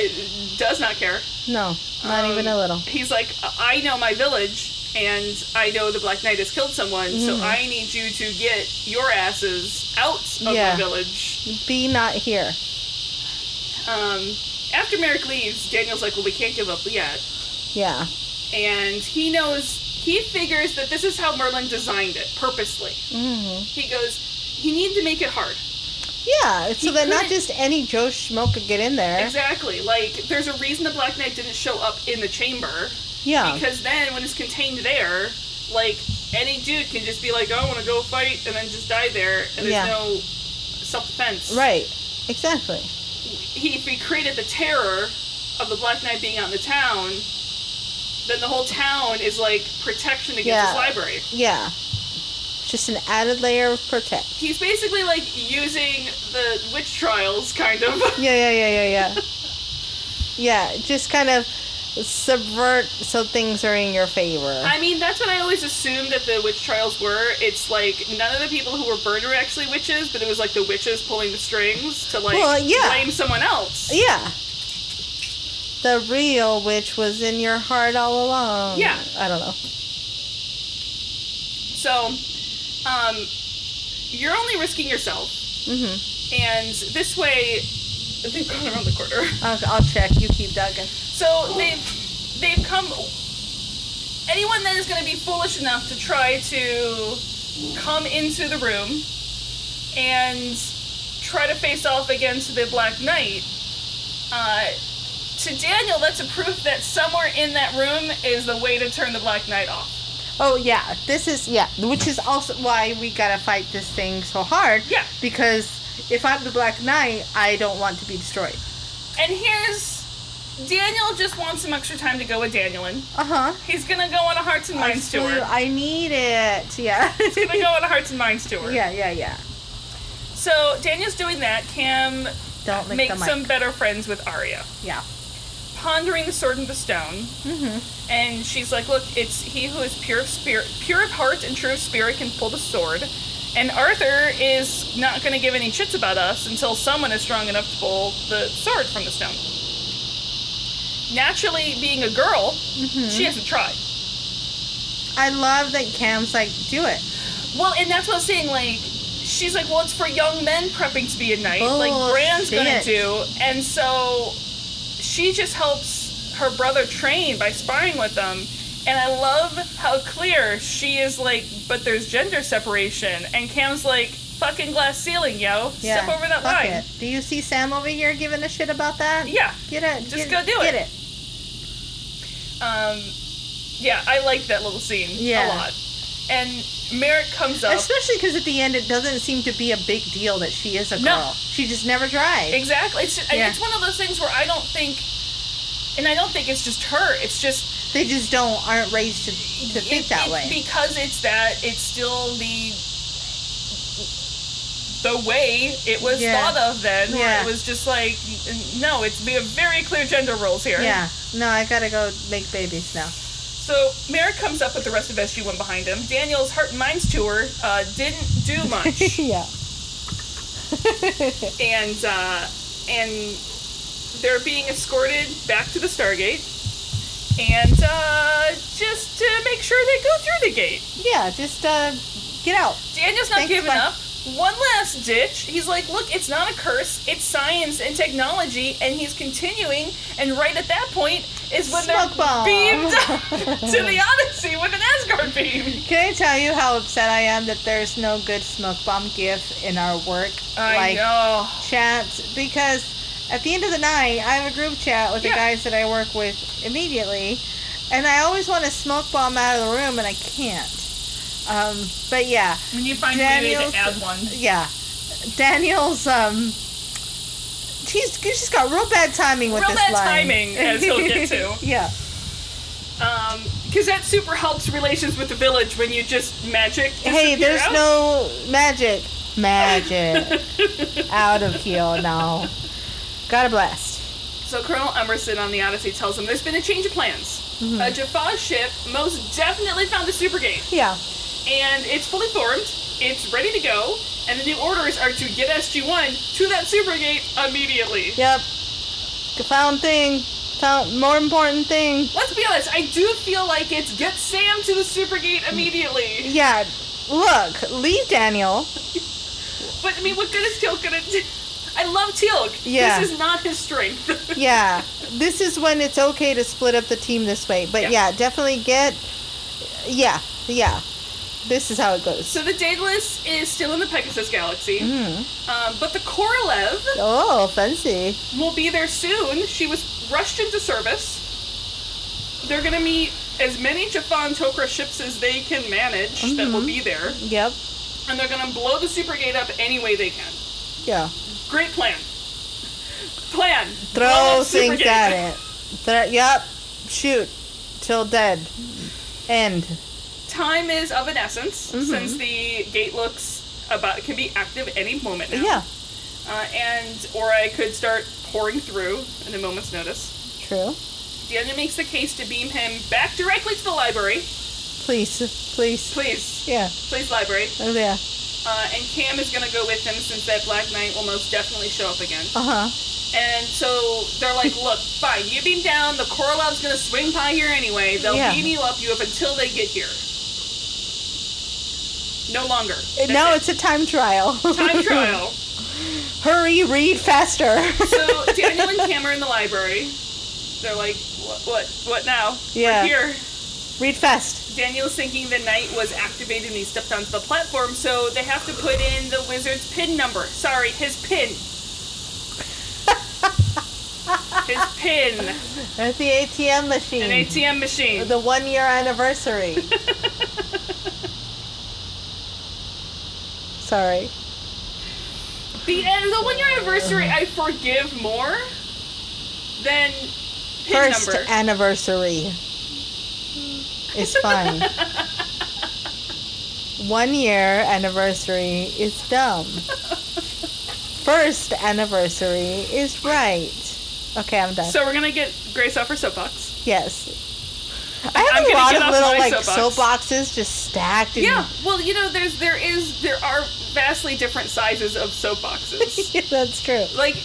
does not care. No, not Um, even a little. He's like, I know my village, and I know the Black Knight has killed someone, so Mm. I need you to get your asses out of Yeah. my village. Be not here. Um, after Merrick leaves, Daniel's like, "Well, we can't give up yet," Yeah. and he knows he figures that this is how Merlin designed it purposely. hmm He goes, "He need to make it hard." Yeah, He so that not couldn't- just any Joe Schmo could get in there. Exactly. Like, there's a reason the Black Knight didn't show up in the chamber Yeah. because then when it's contained there, like any dude can just be like, "Oh, "I want to go fight," and then just die there, and there's Yeah. no self-defense. right. Exactly. he if he created the terror of the Black Knight being out in the town, then the whole town is like protection against Yeah. his library. Yeah. Just an added layer of protect. He's basically like using the witch trials, kind of. Yeah, yeah, yeah, yeah, yeah. yeah, just kind of subvert so things are in your favor. I mean, that's what I always assumed that the witch trials were. It's like none of the people who were burned were actually witches, but it was like the witches pulling the strings to like Well, yeah. blame someone else. yeah. The real witch was in your heart all along. Yeah. I don't know. So, um, you're only risking yourself, Mm-hmm. and this way, they've gone around the corner. I'll, I'll check. You keep dugging. So they've they've come. Anyone that is going to be foolish enough to try to come into the room and try to face off against the Black Knight. Uh, to Daniel, that's a proof that somewhere in that room is the way to turn the Black Knight off. Oh yeah, this is yeah, which is also why we gotta fight this thing so hard. Yeah. Because if I'm the Black Knight, I don't want to be destroyed. And here's Daniel just wants some extra time to go with Danielin. Uh huh. He's gonna go on a Hearts and Minds tour. He's I need it. Yeah. gonna go on a Hearts and Minds tour. yeah, yeah, yeah. So Daniel's doing that. Cam Don't lick make the mic. some better friends with Arya. Yeah. Pondering the sword and the stone, Mm-hmm. and she's like, "Look, it's he who is pure of spirit, pure of heart, and true of spirit can pull the sword." And Arthur is not going to give any shits about us until someone is strong enough to pull the sword from the stone. Naturally, being a girl, Mm-hmm. she hasn't tried. I love that Cam's like, do it. Well, and that's what I was saying. Like, she's like, well, it's for young men prepping to be a knight. Oh, like, Bran's gonna Bullshit. do. And so she just helps her brother train by sparring with them. And I love how clear she is like, but there's gender separation. And Cam's like, fucking glass ceiling, yo. Yeah. Step over that Fuck line. it. Do you see Sam over here giving a shit about that? Yeah. Get it. Just get- go do Get it. it. Um, yeah, I like that little scene a Yeah. lot. And Merrick comes up. Especially because at the end, it doesn't seem to be a big deal that she is a girl. No. She just never tried. Exactly. It's, just, and Yeah. it's one of those things where I don't think and I don't think it's just her. It's just They just don't aren't raised to, to think it- that it- way. because it's that it's still the the way it was Yeah. thought of then. Where Yeah. it was just like n- no, it's we have very clear gender roles here. yeah. No, I gotta go make babies now. So Merrick comes up with the rest of SG1 behind him. Daniel's Heart and Minds tour uh, didn't do much, yeah. and uh, and they're being escorted back to the Stargate, and uh, just to make sure they go through the gate. Yeah, just uh, get out. Daniel's not Thanks, giving bye. up. One last ditch. He's like, look, it's not a curse. It's science and technology, and he's continuing. And right at that point is when Smoke they're bomb. beamed up to the Odyssey with an Asgard beam. Can I tell you how upset I am that there's no good smoke bomb gif in our work I like know. chats because at the end of the night I have a group chat with Yeah. the guys that I work with immediately, and I always want to smoke bomb out of the room and I can't. Um, but yeah, When you find Daniel's- one. yeah, Daniel's um. He's, he's just got real bad timing with Real this bad line. timing, as he'll get to. yeah. Um, because that super helps relations with the village when you just magic. Hey, disappear there's out. no magic. Magic. Out of here now. God a blast. So Colonel Emerson on the Odyssey tells him there's been a change of plans. Mm-hmm. A Jaffa ship most definitely found the super gate. Yeah. and it's fully formed. It's ready to go, and the new orders are to get SG-1 to that super gate immediately. Yep. Found thing. Found more important thing. Let's be honest, I do feel like it's get Sam to the super gate immediately. Yeah. Look, leave Daniel. But I mean, what good is Teal'c gonna do? I love Teal'c. Yeah. This is not his strength. Yeah. This is when it's okay to split up the team this way. But Yeah. yeah, definitely get. Yeah. Yeah. This is how it goes. so the Daedalus is still in the Pegasus Galaxy, Mm-hmm. um, but the Korolev Oh, fancy. will be there soon. She was rushed into service. They're gonna meet as many Jaffa and Tokra ships as they can manage that Mm-hmm. will be there. Yep. and they're gonna blow the super gate up any way they can. Yeah. Great plan. Plan. Blow Throw up super things gate. at it. Thro- yep. Shoot. Till dead. End. Time is of an essence Mm-hmm. since the gate looks about can be active any moment now. Yeah. Uh, and or I could start pouring through in a moment's notice. True. Daniel makes the case to beam him back directly to the library. Please. Please. Please. Yeah. Please, library. Oh, yeah. Uh, and Cam is gonna go with him since that Black Knight will most definitely show up again. Uh huh. And so they're like, look, fine, you beam down, the Korolev's gonna swing by here anyway. They'll Yeah. beam you up, you up until they get here. No longer. That's Now it. it's a time trial. time trial. Hurry, read faster. So Daniel and Cam are in the library. They're like, what, what, what now? Yeah. We're here. read fast. Daniel's thinking the knight was activated and he stepped onto the platform, so they have to put in the wizard's pin number. Sorry, his pin. his pin. At the ATM machine. An ATM machine. the one year anniversary. Sorry. The and the one year anniversary, I forgive more than pin First number. anniversary is fine. One year anniversary is dumb. First anniversary is right. Okay, I'm done. so we're gonna get Grace off her soapbox. yes. I have I'm a gonna lot get of off little my like soapbox. soapboxes just stacked. And Yeah. Well, you know, there's there is there are vastly different sizes of soapboxes. that's true. like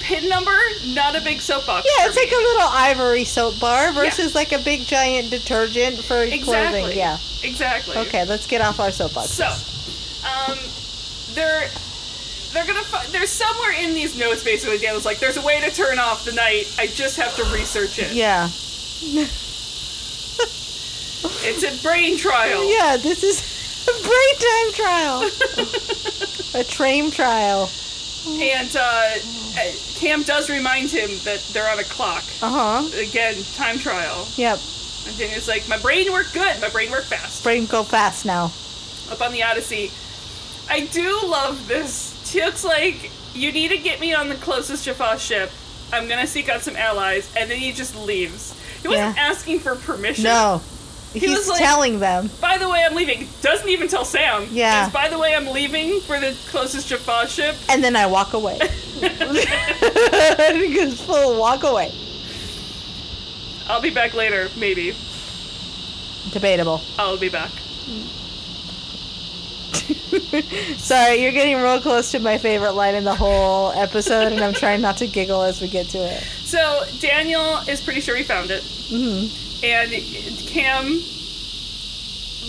pin number, not a big soapbox. Yeah, for it's like a me. little ivory soap bar versus like a big giant detergent for exactly. clothing. Yeah. Exactly. Okay, let's get off our soapbox. So, um, they're they're gonna fi- there's somewhere in these notes basically Daniel's like there's a way to turn off the night. I just have to research it. yeah. It's a brain trial. Yeah, this is a brain time trial. a train trial. And uh, Cam does remind him that they're on a clock. Uh huh. Again, time trial. Yep. And Daniel's like, my brain worked good, my brain worked fast. Brain go fast now. Up on the Odyssey. I do love this. Teal'c's like, you need to get me on the closest Jaffa ship. I'm gonna seek out some allies, and then he just leaves. He wasn't Yeah. asking for permission. No. was He's like- telling them. By the way, I'm leaving. Doesn't even tell Sam. Yeah. Just, by the way, I'm leaving for the closest Jaffa ship. And then I walk away. Just full walk away. I'll be back later, maybe. Debatable. I'll be back. Sorry, you're getting real close to my favorite line in the whole episode, and I'm trying not to giggle as we get to it. So Daniel is pretty sure he found it, Mm-hmm. and Cam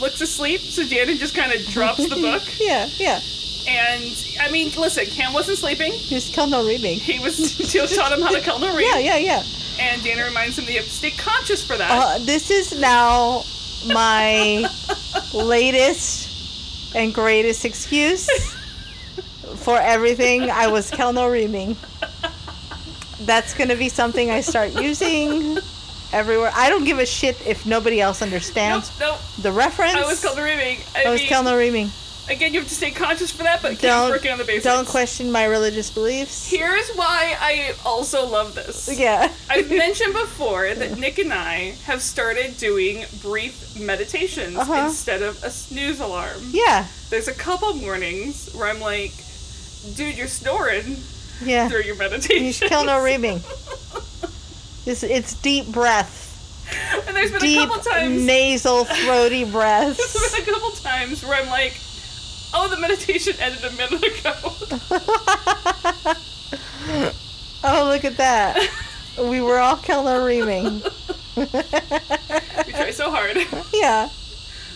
looks asleep. So Janet just kind of drops the book, Yeah, yeah. and I mean, listen, Cam wasn't sleeping. He's still no reading. He was she taught him how to kill no read, Yeah, yeah, yeah. and Dana reminds him that you have to stay conscious for that. Uh, this is now my latest and greatest excuse for everything I was Kelno reaming. That's going to be something I start using everywhere. I don't give a shit if nobody else nope, understands nope. the reference. I was Kelno reading. I, I was mean, Kelno reaming. again, you have to stay conscious for that, but Cam's Don't, working on the basics. don't question my religious beliefs. Here's why I also love this. Yeah. I've mentioned before that Nick and I have started doing brief meditations Uh-huh. instead of a snooze alarm. Yeah. There's a couple mornings where I'm like, dude, you're snoring Yeah. through your You meditation. kill no reaming. It's, it's deep breath, and there's been a deep couple times nasal, throaty there's breaths. been a couple times where I'm like, oh, the meditation ended a minute ago. Oh, look at that. We were all Kellner reaming. we try so hard. Yeah,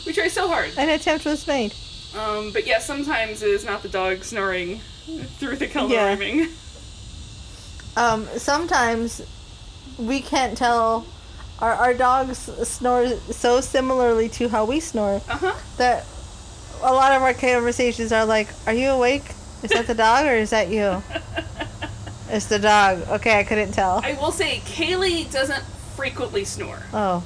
We try so hard. an attempt was made. Um, but yeah, sometimes it is not the dog snoring through the Kelner Yeah. reaming. Um, sometimes we can't tell. Our, our dogs snore so similarly to how we snore Uh-huh. that a lot of our conversations are like, Are you awake? Is that the dog or is that you? It's the dog. Okay, I couldn't tell. I will say, Kaylee doesn't frequently snore. Oh,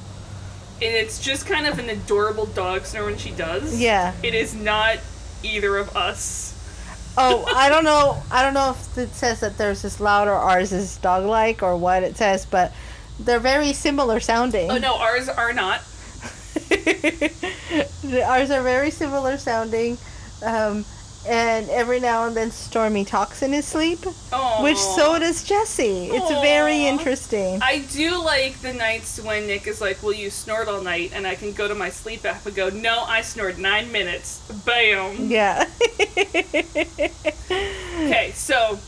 and it's just kind of an adorable dog snore when she does. yeah. It is not either of us. Oh, I don't know. I don't know if it says that theirs is loud or ours is dog-like or what it says, but they're very similar sounding. Oh no, ours are not. The- ours are very similar sounding, um, and every now and then Stormy talks in his sleep, Oh, which so does Jesse. It's very Aw. interesting. I do like the nights when Nick is like, "Will you snort all night?" and I can go to my sleep app and go, "No, I snored nine minutes." Bam. Yeah. Okay, so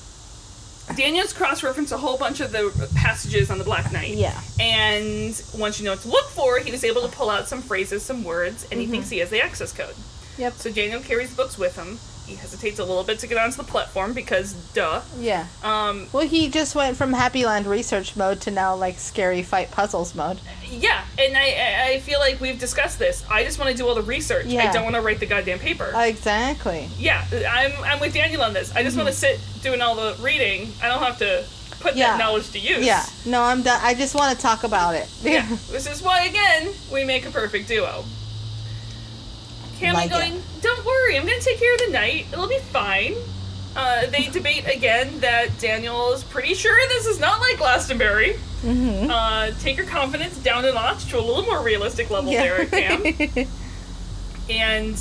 Daniel's cross-referenced a whole bunch of the passages on the Black Knight. yeah. And once you know what to look for, he was able to pull out some phrases, some words, and he Mm-hmm. thinks he has the access code. Yep. So Daniel carries books with him. He hesitates a little bit to get onto the platform because, duh. Yeah. Um, Well, he just went from Happy Land research mode to now like scary fight puzzles mode. yeah, and I- I, I feel like we've discussed this. I just want to do all the research. I Yeah. don't want to write the goddamn paper. Exactly. yeah, I'm, I'm with Daniel on this. I just want to sit doing all the reading. I don't have to put Mm-hmm. Yeah. that knowledge to use. Yeah. No, I'm done. I just want to talk about it. Yeah. This is why, again, we make a perfect duo. Cam Like it. going, don't worry, I'm going to take care of the night. It'll be fine. Uh, they debate again that Daniel is pretty sure this is not like Glastonbury. Mhm. Uh, take your confidence down a notch to a little more realistic level there, Cam. and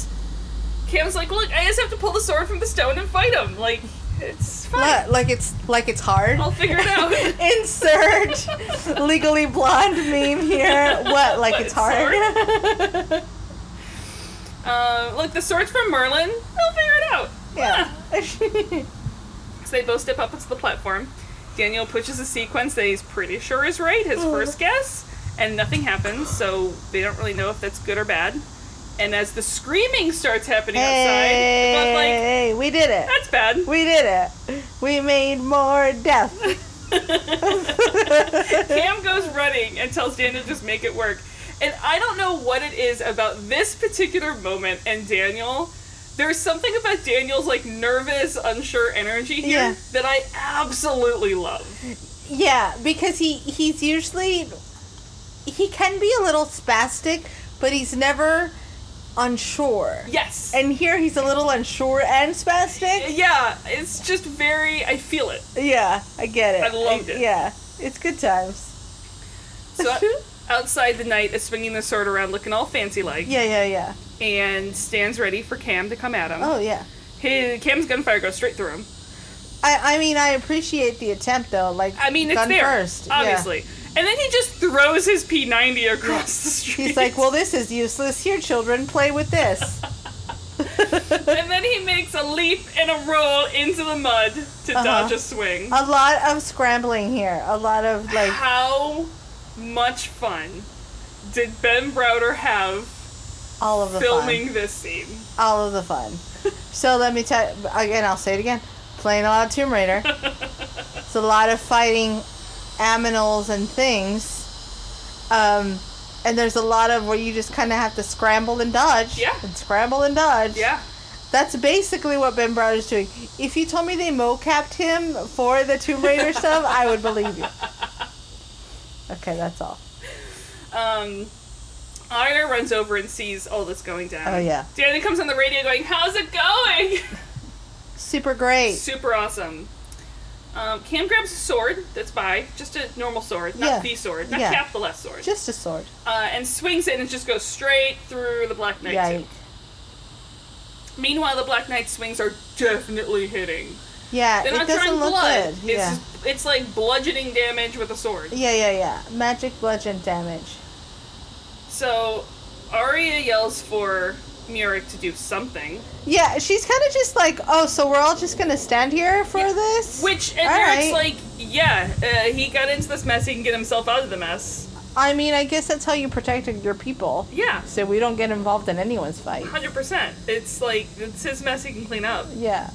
Cam's like, look, I just have to pull the sword from the stone and fight him. Like, it's fine. Like- like it's like it's hard. I'll figure it out. Insert legally blonde meme here. What? Like What, it's hard. Uh, look, the sword's from Merlin. I'll figure it out. yeah. So they both step up onto the platform. Daniel pushes a sequence that he's pretty sure is right, his first guess, and nothing happens, so they don't really know if that's good or bad. And as the screaming starts happening outside, I'm like, Hey, we did it. that's bad. We did it. We made more death. Cam goes running and tells Daniel just make it work. And I don't know what it is about this particular moment and Daniel. There's something about Daniel's like nervous, unsure energy here Yeah. that I absolutely love. Yeah, because he he's usually he can be a little spastic, but he's never unsure. Yes. And here he's a little unsure and spastic. yeah, it's just very. I feel it. Yeah, I get it. I loved it. Yeah, it's good times. So outside the knight is swinging the sword around, looking all fancy like, Yeah, yeah, yeah. and stands ready for Cam to come at him. Oh yeah. His, Cam's gunfire goes straight through him. I, I mean I appreciate the attempt though. Like I mean, it's gun there, first. Yeah. obviously. And then he just throws his P90 across the street. He's like, well, this is useless. Here, children, play with this. and then he makes a leap and a roll into the mud to Uh-huh. dodge a swing. a lot of scrambling here. A lot of Uh-huh. like How much fun did Ben Browder have all of the filming fun. this scene? All of the fun. so let me tell again. I'll say it again. Playing a lot of Tomb Raider. it's a lot of fighting aminals and things. Um, and there's a lot of where you just kind of have to scramble and dodge. Yeah. And scramble and dodge. Yeah. That's basically what Ben Browder's doing. If you told me they mocapped him for the Tomb Raider stuff, I would believe you. Okay, that's all. Um, Ina runs over and sees all this going down. Oh, yeah. Danny comes on the radio going, How's it going? Super great. Super awesome. Um, Cam grabs a sword that's by, just a normal sword, not Yeah. the sword, not Yeah. cap the left sword, Just a sword. uh, and swings it and it just goes straight through the Black Knight. Yike. too. Meanwhile, the Black Knight swings are definitely hitting. Yeah, They're it not doesn't drawing look blood. good. It's, Yeah. just- it's like bludgeoning damage with a sword. yeah, yeah, yeah. Magic bludgeon damage. So Arya yells for Murick to do something. Yeah, she's kind of just like, oh, so we're all just gonna stand here for this? Which and All Merrick's right. like, yeah, uh, he got into this mess. He can get himself out of the mess. I mean, I guess that's how you protect your people. Yeah, So we don't get involved in anyone's fight. hundred percent. It's like it's his mess. He can clean up. Yeah.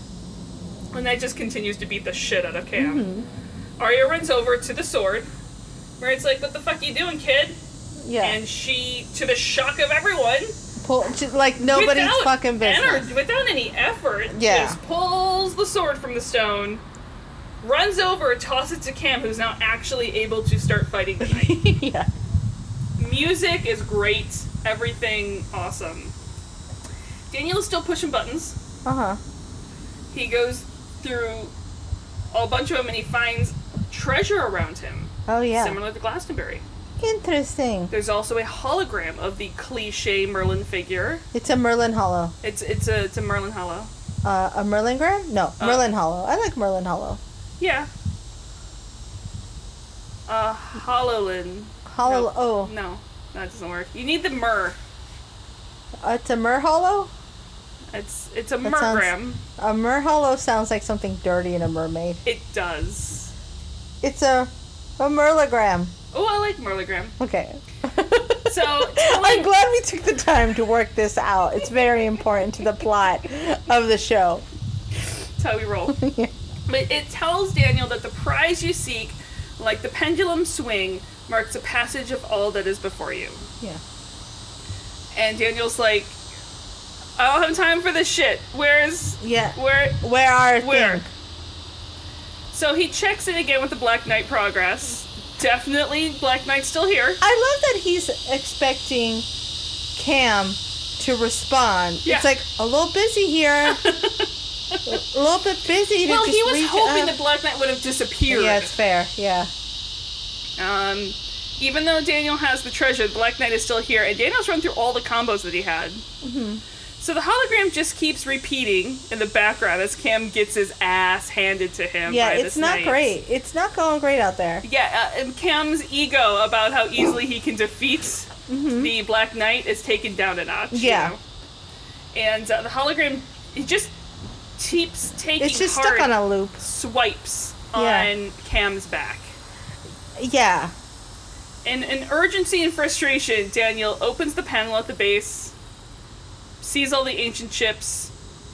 And that just continues to beat the shit out of Cam. Mm-hmm. Arya runs over to the sword. Merrick's like, what the fuck you doing, kid? Yeah. And she, to the shock of everyone, Pull, just, like nobody's without fucking business. ener- without any effort, Yeah. just pulls the sword from the stone, runs over, tosses it to Cam, who's now actually able to start fighting the knight. yeah. Music is great, everything awesome. Daniel is still pushing buttons. Uh huh. He goes through a bunch of them and he finds treasure around him, Oh yeah. similar to Glastonbury. Interesting. There's also a hologram of the cliche Merlin figure. It's a Merlin Hollow. It's it's a it's a Merlin Hollow. Uh, a Merlin Graham? No, Uh. Merlin Hollow. I like Merlin Hollow. Yeah. Uh, Hololin. Hollow. Nope. Oh, No, that doesn't work. You need the myrrh. uh, it's a Mer Hollow. It's it's a That sounds- mergram. A Mer Hollow sounds like something dirty and a mermaid. It does. It's a a Merlogram. Oh, I like merligram. Okay. So I'm telling- glad we took the time to work this out. It's very important to the plot of the show. That's how we roll. Yeah. But it tells Daniel that the prize you seek, like the pendulum swing, marks a passage of all that is before you. Yeah. And Daniel's like, I don't have time for this shit. Where's Yeah. where Where are Where? things? So he checks in again with the Black Knight progress. Definitely, Black Knight's still here. I love that he's expecting Cam to respond. Yeah. It's like a little busy here, a little bit busy. To well, just he was reach hoping out. the Black Knight would have disappeared. Yeah, it's fair. Yeah, Um, even though Daniel has the treasure, the Black Knight is still here, and Daniel's run through all the combos that he had. Mm-hmm. So the hologram just keeps repeating in the background as Cam gets his ass handed to him. yeah. by It's this not knight. great. It's not going great out there. Yeah, uh, and Cam's ego about how easily he can defeat the Black Knight is taken down a notch. you Mm-hmm. Yeah. know? And uh, the hologram, it just keeps taking It's just hard stuck on a loop. swipes Yeah. on Cam's back. Yeah, In an urgency and frustration, Daniel opens the panel at the base, sees all the ancient chips,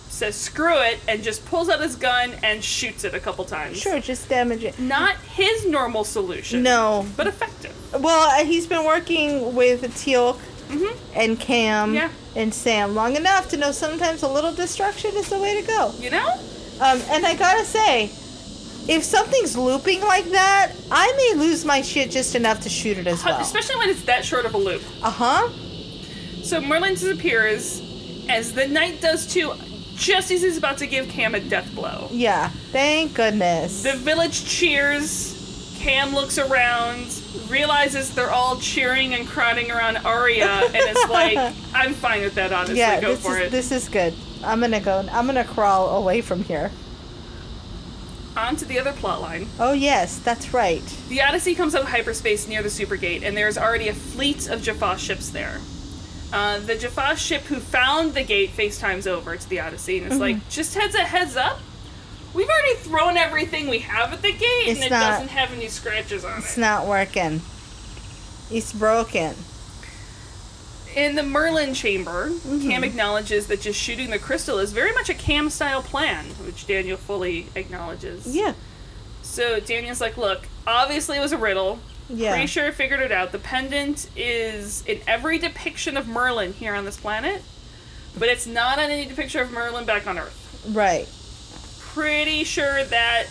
says screw it, and just pulls out his gun and shoots it a couple times. sure. Just damage it. Not his normal solution. No. But effective. Well, uh, he's been working with Teal'c and Cam Mm-hmm. Yeah. and Sam long enough to know sometimes a little destruction is the way to go. You know? Um, and I gotta say, if something's looping like that, I may lose my shit just enough to shoot it as well. Especially when it's that short of a loop. Uh huh. So Merlin disappears as the knight does too, just as he's about to give Cam a death blow. Yeah. Thank goodness. The village cheers. Cam looks around, realizes they're all cheering and crowding around Arya, and it's like, I'm fine with that, honestly. yeah. Go this for is it. this is good. I'm gonna go. I'm gonna crawl away from here. On to the other plot line. Oh yes, that's right. The Odyssey comes out of hyperspace near the Supergate, and there is already a fleet of Jaffa ships there. Uh, the Jaffa ship who found the gate FaceTimes over to the Odyssey and it's Mm-hmm. like, just heads a heads up. We've already thrown everything we have at the gate, It's and it not- doesn't have any scratches on It's it. not working. It's broken. In the Merlin chamber, Mm-hmm. Cam acknowledges that just shooting the crystal is very much a Cam style plan, which Daniel fully acknowledges. Yeah. So Daniel's like, look, obviously it was a riddle. Yeah. Pretty sure I figured it out. The pendant is in every depiction of Merlin here on this planet, but it's not on any depiction of Merlin back on Earth. Right. Pretty sure that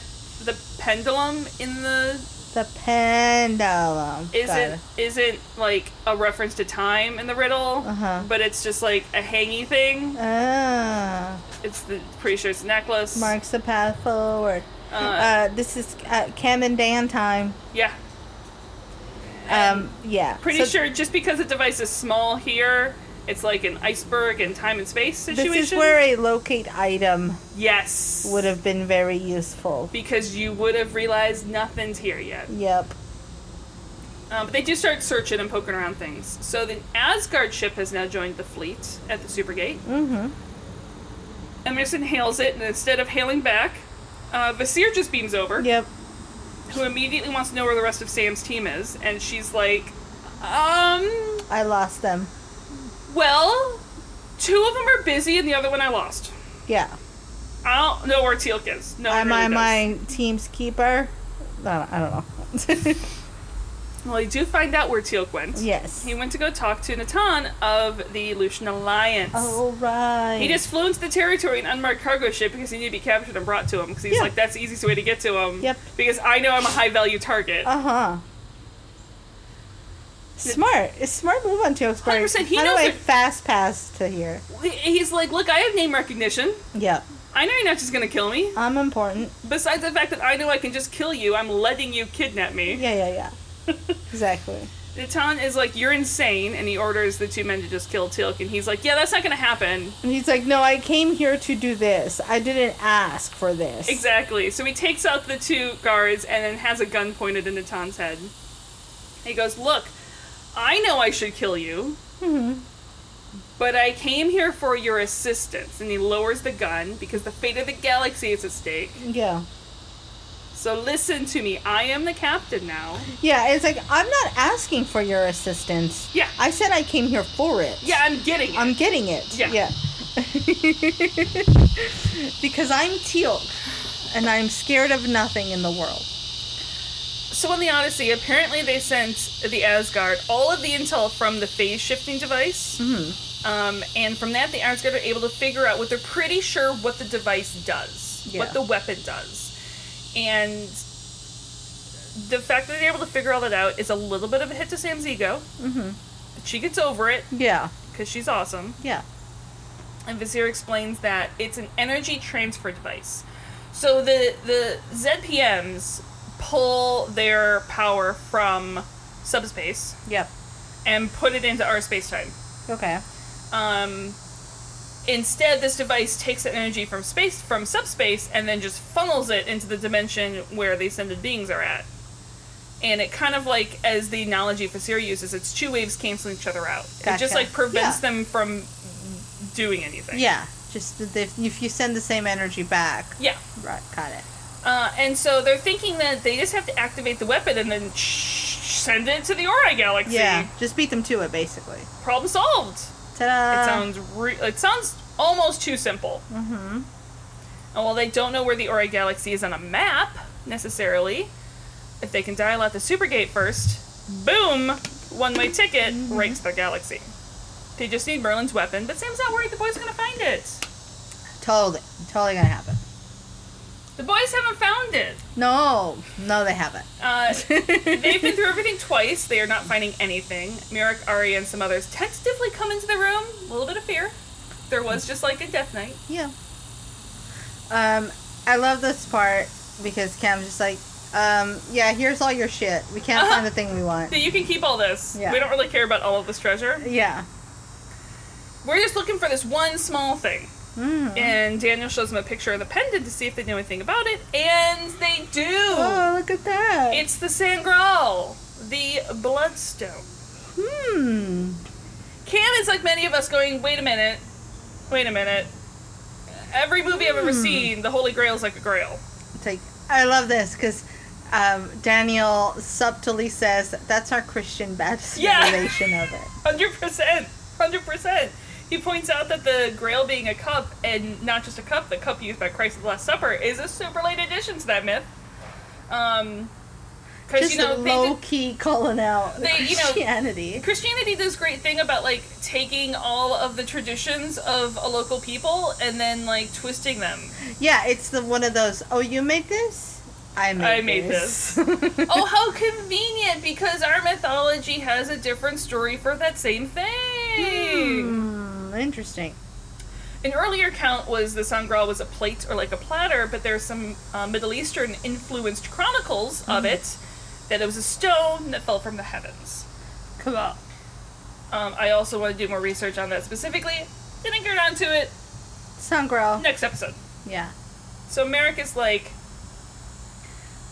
the pendulum in the The pendulum. isn't isn't like a reference to time in the riddle, Uh-huh. but it's just like a hangy thing. Ah. It's the pretty sure it's a necklace. Marks the path forward. Uh, Uh, this is uh, Cam and Dan time. yeah, Um, yeah. pretty So sure just because the device is small here, it's like an iceberg and time and space situation. This is where a locate item yes would have been very useful. because you would have realized nothing's here yet. Yep. Um, but they do start searching and poking around things. So the Asgard ship has now joined the fleet at the Supergate. Mm-hmm. Emerson hails it, and instead of hailing back, uh, Vasir just beams over, Yep. who immediately wants to know where the rest of Sam's team is, and she's like, um, I lost them. well, two of them are busy, and the other one I lost. Yeah. I don't know where Teal'c is. No, one Am really I does. my team's keeper? I don't, I don't know. Well, you do find out where Teal'c went. yes. He went to go talk to Natan of the Lucian Alliance. All Oh, right. He just flew into the territory in an unmarked cargo ship because he needed to be captured and brought to him because he's Yeah. like, that's the easiest way to get to him. Yep. Because I know I'm a high value target. Uh huh. Smart. It's smart move on Teal'c's part. 100%, he How knows do I it- fast pass to here? He- he's like, look, I have name recognition. Yep. I know you're not just gonna kill me. I'm important. Besides the fact that I know I can just kill you, I'm letting you kidnap me. Yeah, yeah, yeah. Exactly. Natan is like, you're insane, and he orders the two men to just kill Teal'c, and he's like, yeah, that's not gonna happen. And he's like, no, I came here to do this. I didn't ask for this. Exactly. So he takes out the two guards and then has a gun pointed in Natan's head. He goes, Look, I know I should kill you, Mm-hmm. but I came here for your assistance. And he lowers the gun because the fate of the galaxy is at stake. Yeah. So listen to me. I am the captain now. Yeah, it's like, I'm not asking for your assistance. Yeah. I said I came here for it. Yeah, I'm getting it. I'm getting it. Yeah. because I'm Teal'c, and I'm scared of nothing in the world. So in the Odyssey, apparently they sent the Asgard all of the intel from the phase shifting device. Um, and from that, the Asgard are able to figure out what they're pretty sure what the device does, Yeah. what the weapon does. And the fact that they're able to figure all that out is a little bit of a hit to Sam's ego. Mhm. But She gets over it Yeah. because she's awesome. Yeah. And Vizier explains that it's an energy transfer device. So the the ZPMs pull their power from subspace Yep. and put it into our space time. Okay. Um, instead, this device takes the energy from space from subspace and then just funnels it into the dimension where the ascended beings are at. And it kind of like, as the analogy Fasir uses, it's two waves canceling each other out. It Gotcha. just like prevents Yeah. them from doing anything. Yeah. Just that if, if you send the same energy back. Yeah. Right. Got it. Uh, and so they're thinking that they just have to activate the weapon and then sh- send it to the Ori Galaxy. Yeah. Just beat them to it, basically. Problem solved. Ta-da! it sounds re- it sounds almost too simple. Mm-hmm. And while they don't know where the Ori Galaxy is on a map necessarily, if they can dial out the Supergate first, boom, one-way ticket right to the galaxy. They just need Merlin's weapon, but Sam's not worried the boys are gonna find it. Totally. Totally gonna happen. The boys haven't found it. No, no, they haven't. Uh, they've been through everything twice. They are not finding anything. Merrick, Ari, and some others tentatively come into the room. A little bit of fear. There was just like a death night. Yeah. Um, I love this part because Cam's just like, um, yeah, here's all your shit. We can't Uh-huh. find the thing we want. So you can keep all this. Yeah. We don't really care about all of this treasure. Yeah. We're just looking for this one small thing. Mm. And Daniel shows them a picture of the pendant to see if they know anything about it, and they do. Oh, look at that. It's the Sangreal, the Bloodstone. hmm. Cam is like many of us going, wait a minute, wait a minute. Every movie I've Hmm. ever seen, the Holy Grail is like a grail. It's like, I love this because um, Daniel subtly says that's our Christian Baptist Yeah. revelation of it. 100%. 100%. He points out that the grail being a cup, and not just a cup, the cup used by Christ at the Last Supper, is a super late addition to that myth. Um, because, Just you know, they low did- key calling out They- you know- Christianity. Christianity does great thing about like taking all of the traditions of a local people and then like twisting them. yeah, it's the one of those. Oh, you made this. I made. I made this. oh, how convenient because our mythology has a different story for that same thing. Hmm, interesting. An earlier count was the sangral was a plate or like a platter, but there's some uh, Middle Eastern influenced chronicles of it that it was a stone that fell from the heavens. Come on. Um, I also want to do more research on that specifically. Didn't get onto it. Sungrow. Next episode. Yeah. So Merrick is like,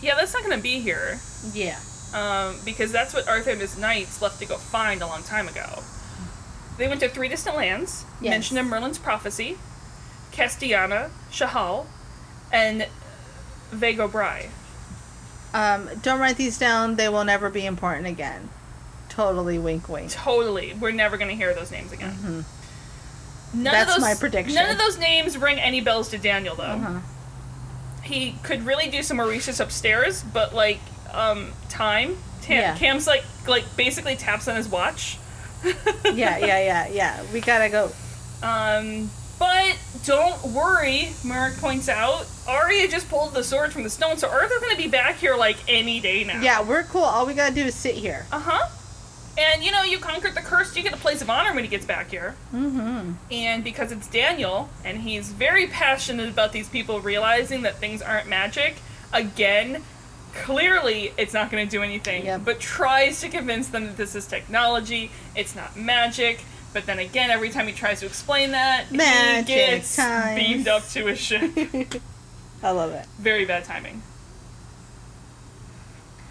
yeah, that's not gonna be here, Yeah. um, because that's what Arthur and his knights left to go find a long time ago. They went to three distant lands, Yes. mentioned in Merlin's prophecy, Castellana, Shahal, and Vago Bry. Um, don't write these down. They will never be important again. Totally wink wink. Totally, we're never gonna hear those names again. None Mm-hmm. That's of those, my prediction. None of those names ring any bells to Daniel, though. Uh-huh. he could really do some more research upstairs, but like um time. Tam- Yeah. Cam's like like basically taps on his watch. Yeah, yeah, yeah, yeah. We gotta go. Um but don't worry, Merrick points out. Arya just pulled the sword from the stone, so Arthur's gonna be back here like any day now. Yeah, we're cool. All we gotta do is sit here. Uh huh. And you know, you conquered the curse, you get a place of honor when he gets back here. Mm-hmm. And because it's Daniel, and he's very passionate about these people realizing that things aren't magic, again, clearly it's not going to do anything, Yep. but tries to convince them that this is technology, it's not magic. But then again, every time he tries to explain that, Magic he gets times. beamed up to his ship. I love it. very bad timing.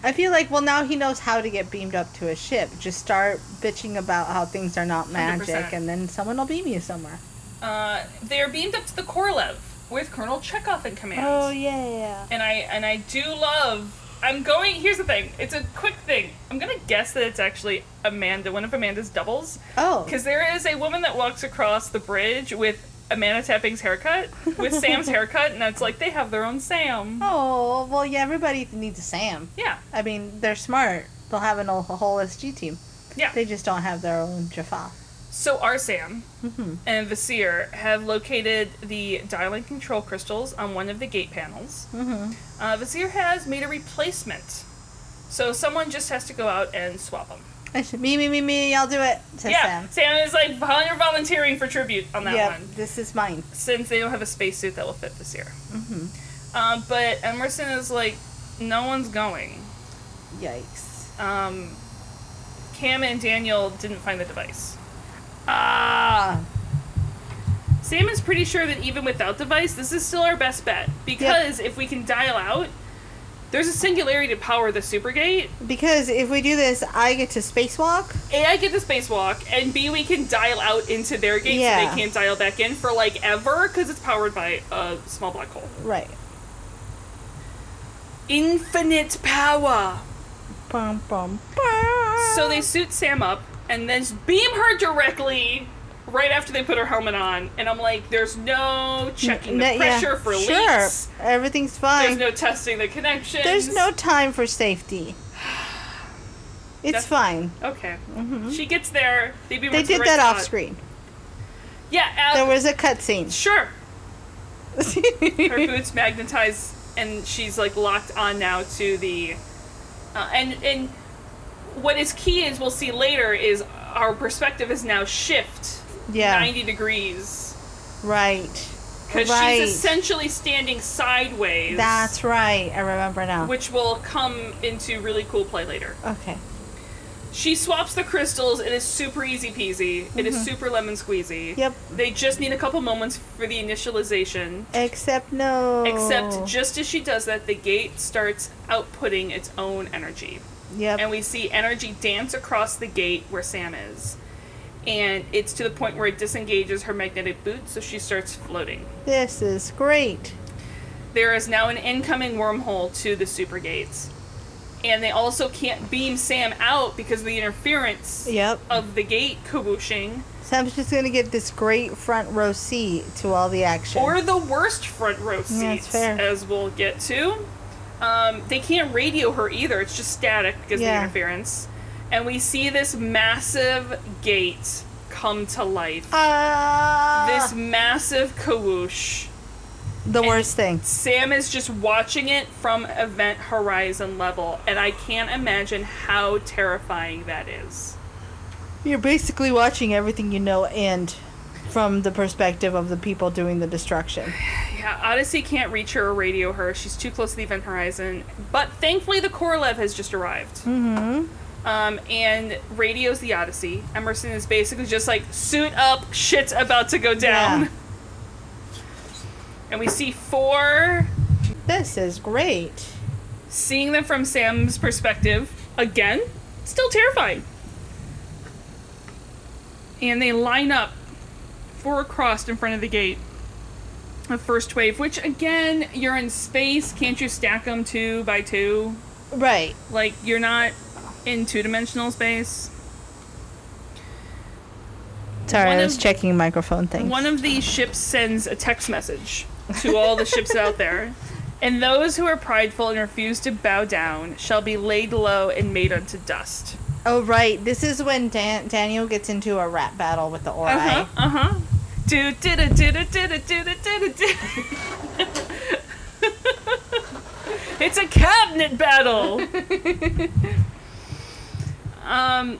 I feel like well now he knows how to get beamed up to a ship. Just start bitching about how things are not magic, 100%. and then someone will beam you somewhere. Uh, they are beamed up to the Korolev with Colonel Chekhov in command. Oh yeah, yeah. and I and I do love. I'm going. Here's the thing. It's a quick thing. I'm gonna guess that it's actually Amanda, one of Amanda's doubles, Oh, because there is a woman that walks across the bridge with Amanda Tapping's haircut, with Sam's haircut, and that's like they have their own Sam. oh well, yeah. Everybody needs a Sam. Yeah, I mean, they're smart. They'll have an, a whole SG team. yeah. They just don't have their own Jaffa. So our Sam Mhm. and Vasir have located the dialing control crystals on one of the gate panels. Mm-hmm. Uh, Vasir has made a replacement, so someone just has to go out and swap them. I should, me, me, me, me. I'll do it. Says yeah, Sam. is like volunteer volunteering for tribute on that yeah, one this is mine. since they don't have a spacesuit that will fit this year. Mm-hmm. Um, but Emerson is like, no one's going. Yikes. Um, Cam and Daniel didn't find the device. Ah. Sam is pretty sure that even without device, this is still our best bet because if we can dial out, there's a singularity to power the supergate. Because if we do this, I get to spacewalk. A, I get the spacewalk, and B, we can dial out into their gate so Yeah. they can't dial back in for like ever because it's powered by a small black hole. Right. infinite power. Bum, bum, bum. So they suit Sam up and then just beam her directly right after they put her helmet on. And I'm like, there's no checking the N- yeah, pressure for sure. leaks. Everything's fine. There's no testing the connections. There's no time for safety. It's That's- fine. Okay. She gets there. They, beam her Mm-hmm. They to the did right that spot. off screen. Yeah. Uh, There was a cutscene. Sure. Her boots magnetize and she's like locked on now to the, uh, and and what is key is we'll see later is our perspective is now shift Yeah. ninety degrees Right. because Right. she's essentially standing sideways. That's right. I remember now. which will come into really cool play later. okay. She swaps the crystals. It is super easy peasy. It is super lemon squeezy. Mm-hmm. Yep. They just need a couple moments for the initialization. Except no. Oh. Except just as she does that, the gate starts outputting its own energy. Yep. And we see energy dance across the gate where Sam is. And it's to the point where it disengages her magnetic boot, so she starts floating. this is great. There is now an incoming wormhole to the super gates. And they also can't beam Sam out because of the interference Yep. of the gate kabooshing, Sam's just gonna get this great front row seat to all the action. or the worst front row seats, Yeah, it's fair. as we'll get to. Um, they can't radio her either, it's just static because of Yeah. the interference. And we see this massive gate come to life. Ah, this massive kawoosh. the worst thing. Sam is just watching it from event horizon level, and I can't imagine how terrifying that is. You're basically watching everything you know end from the perspective of the people doing the destruction. Yeah, Odyssey can't reach her or radio her. She's too close to the event horizon. But thankfully, the Korolev has just arrived. Mm-hmm. Um, and radios the Odyssey. Emerson is basically just like, suit up, shit's about to go down. Yeah. And we see four, This is great. seeing them from Sam's perspective, again, still terrifying. And they line up four across in front of the gate. The first wave, which again, you're in space. Can't you stack them two by two? Right. Like, you're not in two dimensional space. Sorry, One I was of- checking microphone things. One of these ships sends a text message to all the ships out there. And those who are prideful and refuse to bow down shall be laid low and made unto dust. oh, right. This is when Dan- Daniel gets into a rap battle with the Ori. Uh huh. Uh huh. Do do do do do do do do do do. It's a cabinet battle. um.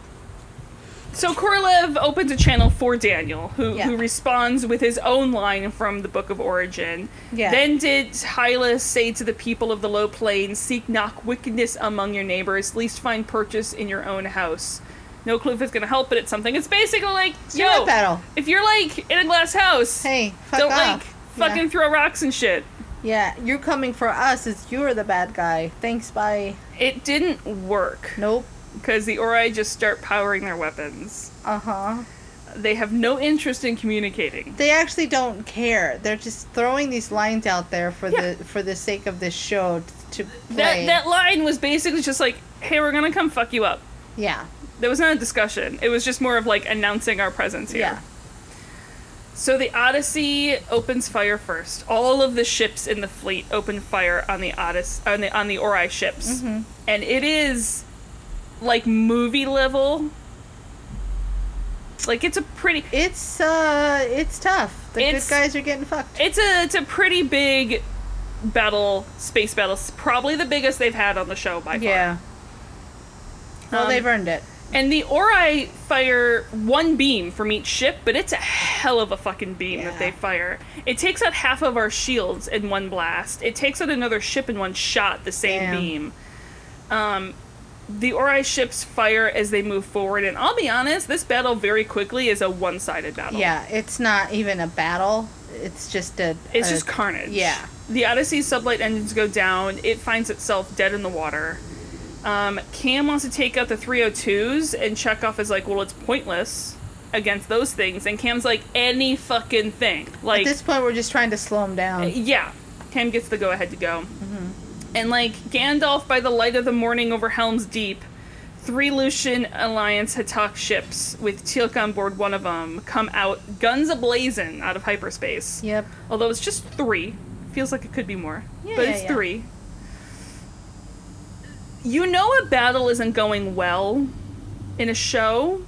So Korolev opens a channel for Daniel, who, Yeah. who responds with his own line from the Book of Origin. Yeah. Then did Hylas say to the people of the Low Plain, "Seek not wickedness among your neighbors, least find purchase in your own house." No clue if it's gonna help, but it's something. It's basically like, a yo, rap battle. if you're like in a glass house, Hey, fuck don't like off. fucking throw rocks and shit. yeah. yeah, you're coming for us. It's you're the bad guy. Thanks, bye. It didn't work Nope. because the Ori just start powering their weapons. Uh huh. They have no interest in communicating. They actually don't care. They're just throwing these lines out there for Yeah. the for the sake of this show t- to That play. that line was basically just like, "Hey, we're gonna come fuck you up." yeah, There was not a discussion. It was just more of like announcing our presence here. yeah. So the Odyssey opens fire first. All of the ships in the fleet open fire on the Odyssey on the on the Ori ships, and it is like movie level. Like it's a pretty It's uh, it's tough. The It's- good guys are getting fucked. it's a it's a pretty big battle space battle. It's probably the biggest they've had on the show by far. Yeah. Well, Um, they've earned it. And the Ori fire one beam from each ship, but it's a hell of a fucking beam that Yeah. they fire. It takes out half of our shields in one blast. It takes out another ship in one shot, the same Damn. beam. Um, the Ori ships fire as they move forward, and I'll be honest, this battle very quickly is a one sided battle. Yeah, it's not even a battle. It's just a. It's a- just carnage. Uh, yeah. The Odyssey's sublight engines go down. It finds itself dead in the water. Um, Cam wants to take out the 302s, and Chekhov is like, well, it's pointless against those things. And Cam's like, any fucking thing. Like, uh, At this point, we're just trying to slow them down. yeah. Cam gets the go ahead to go. Mm-hmm. And like Gandalf by the light of the morning over Helm's Deep, three Lucian Alliance Hatak ships with Teal'c on board one of them come out guns ablazing out of hyperspace. Yep. Although it's just three. Feels like it could be more. Yeah, but yeah, it's yeah. three. You know a battle isn't going well in a show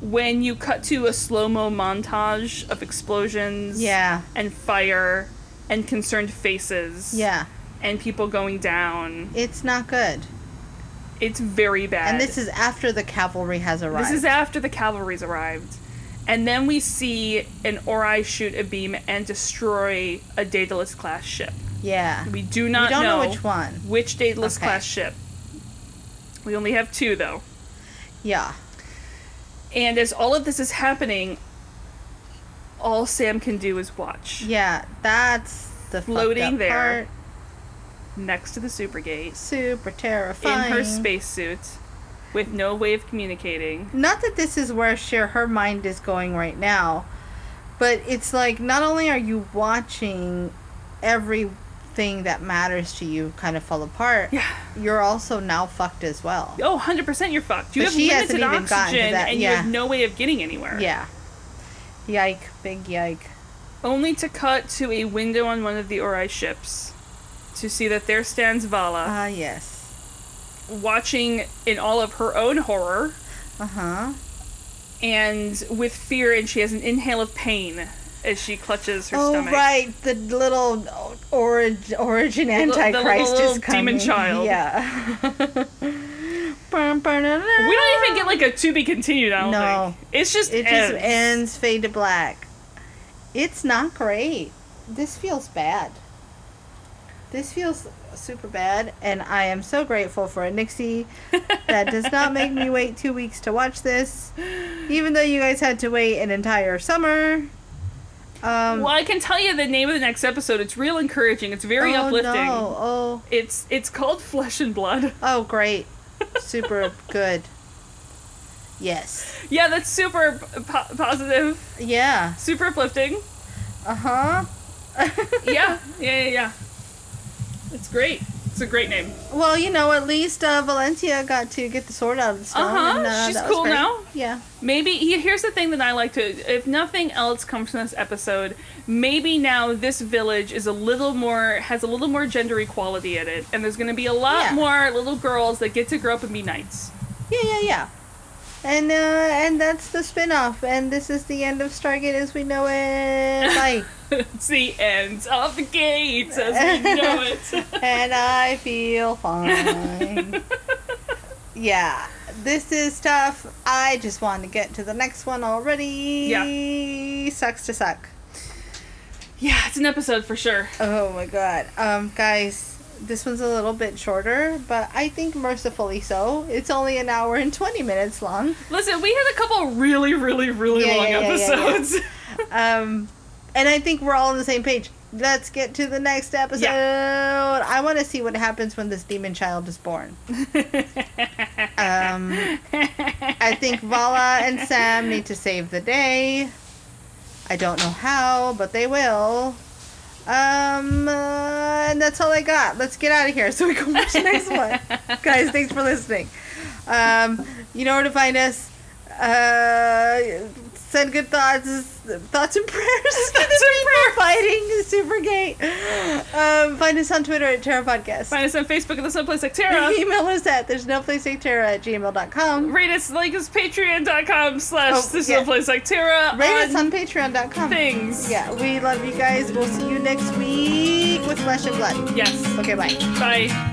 when you cut to a slow mo montage of explosions Yeah. and fire and concerned faces. Yeah. and people going down. It's not good. It's very bad. And this is after the cavalry has arrived. This is after the cavalry's arrived. And then we see an Ori shoot a beam and destroy a Daedalus class ship. yeah. We do not we don't know. know, which one. which Daedalus Okay. class ship. We only have two though. Yeah. And as all of this is happening, all Sam can do is watch. Yeah. That's the Floating fucked up there. part. Next to the supergate, Super terrifying. in her spacesuit, with no way of communicating. Not that this is where sure her mind is going right now, but it's like not only are you watching everything that matters to you kind of fall apart, Yeah. you're also now fucked as well. Oh, 100% you're fucked. You But have she limited hasn't even gotten to oxygen that- and you have yeah. no way of getting anywhere. Yeah. Yike! Big yike! Only to cut to a window on one of the Ori ships to see that there stands Vala, Ah yes. watching in all of her own horror Uh huh. and with fear, and she has an inhale of pain as she clutches her Oh stomach. right, the little origin origin little- antichrist little is coming. demon child. Yeah. We don't even get like a to be continued. I don't No. think it's just It ends. just ends fade to black. It's not great. This feels bad. This feels super bad, and I am so grateful for a Nixie that does not make me wait two weeks to watch this, even though you guys had to wait an entire summer. Um, Well, I can tell you the name of the next episode. It's real encouraging. It's very oh, uplifting. No. Oh, It's it's called Flesh and Blood. oh, great. Super good. Yes. Yeah, that's super po- positive, Yeah. super uplifting. Uh huh. Yeah, yeah, yeah, yeah. It's great. It's a great name. Well, you know, at least uh, Valencia got to get the sword out of the stone. Uh-huh, and, uh, she's that was cool great. now. Yeah. Maybe he- here's the thing that I like to. If nothing else comes from this episode, maybe now this village is a little more has a little more gender equality in it, and there's going to be a lot Yeah. more little girls that get to grow up and be knights. Yeah, yeah, yeah. And uh, and that's the spin off. And this is the end of Stargate as we know it. Bye. it's the end of the gates as we know it. and I feel fine. yeah. This is tough. I just want to get to the next one already. Yeah. Sucks to suck. yeah, it's an episode for sure. Oh my god. Um, guys, this one's a little bit shorter, but I think mercifully so. It's only an hour and 20 minutes long. Listen, we had a couple really, really, really Yeah, long yeah, yeah, yeah, yeah. episodes. Um, and I think we're all on the same page. Let's get to the next episode. I want to see what happens when this demon child is born. Um, I think Vala and Sam need to save the day. I don't know how, but they will. Um, uh, and that's all I got. Let's get out of here so we can watch the next one. Guys, thanks for listening. Um, you know where to find us. Uh, send good thoughts, thoughts and prayers to the people fighting Supergate. Um, find us on Twitter at Terra Podcast. Find us on Facebook at the Someplace Like Tara. Email us at there's no place like Terra at gmail.com. Rate us like us patreon.com slash Oh, this yeah. someplace like Tara. Rate us on patreon.com. things. Yeah, we love you guys. We'll see you next week with Flesh and Blood. Yes. Okay, bye. Bye.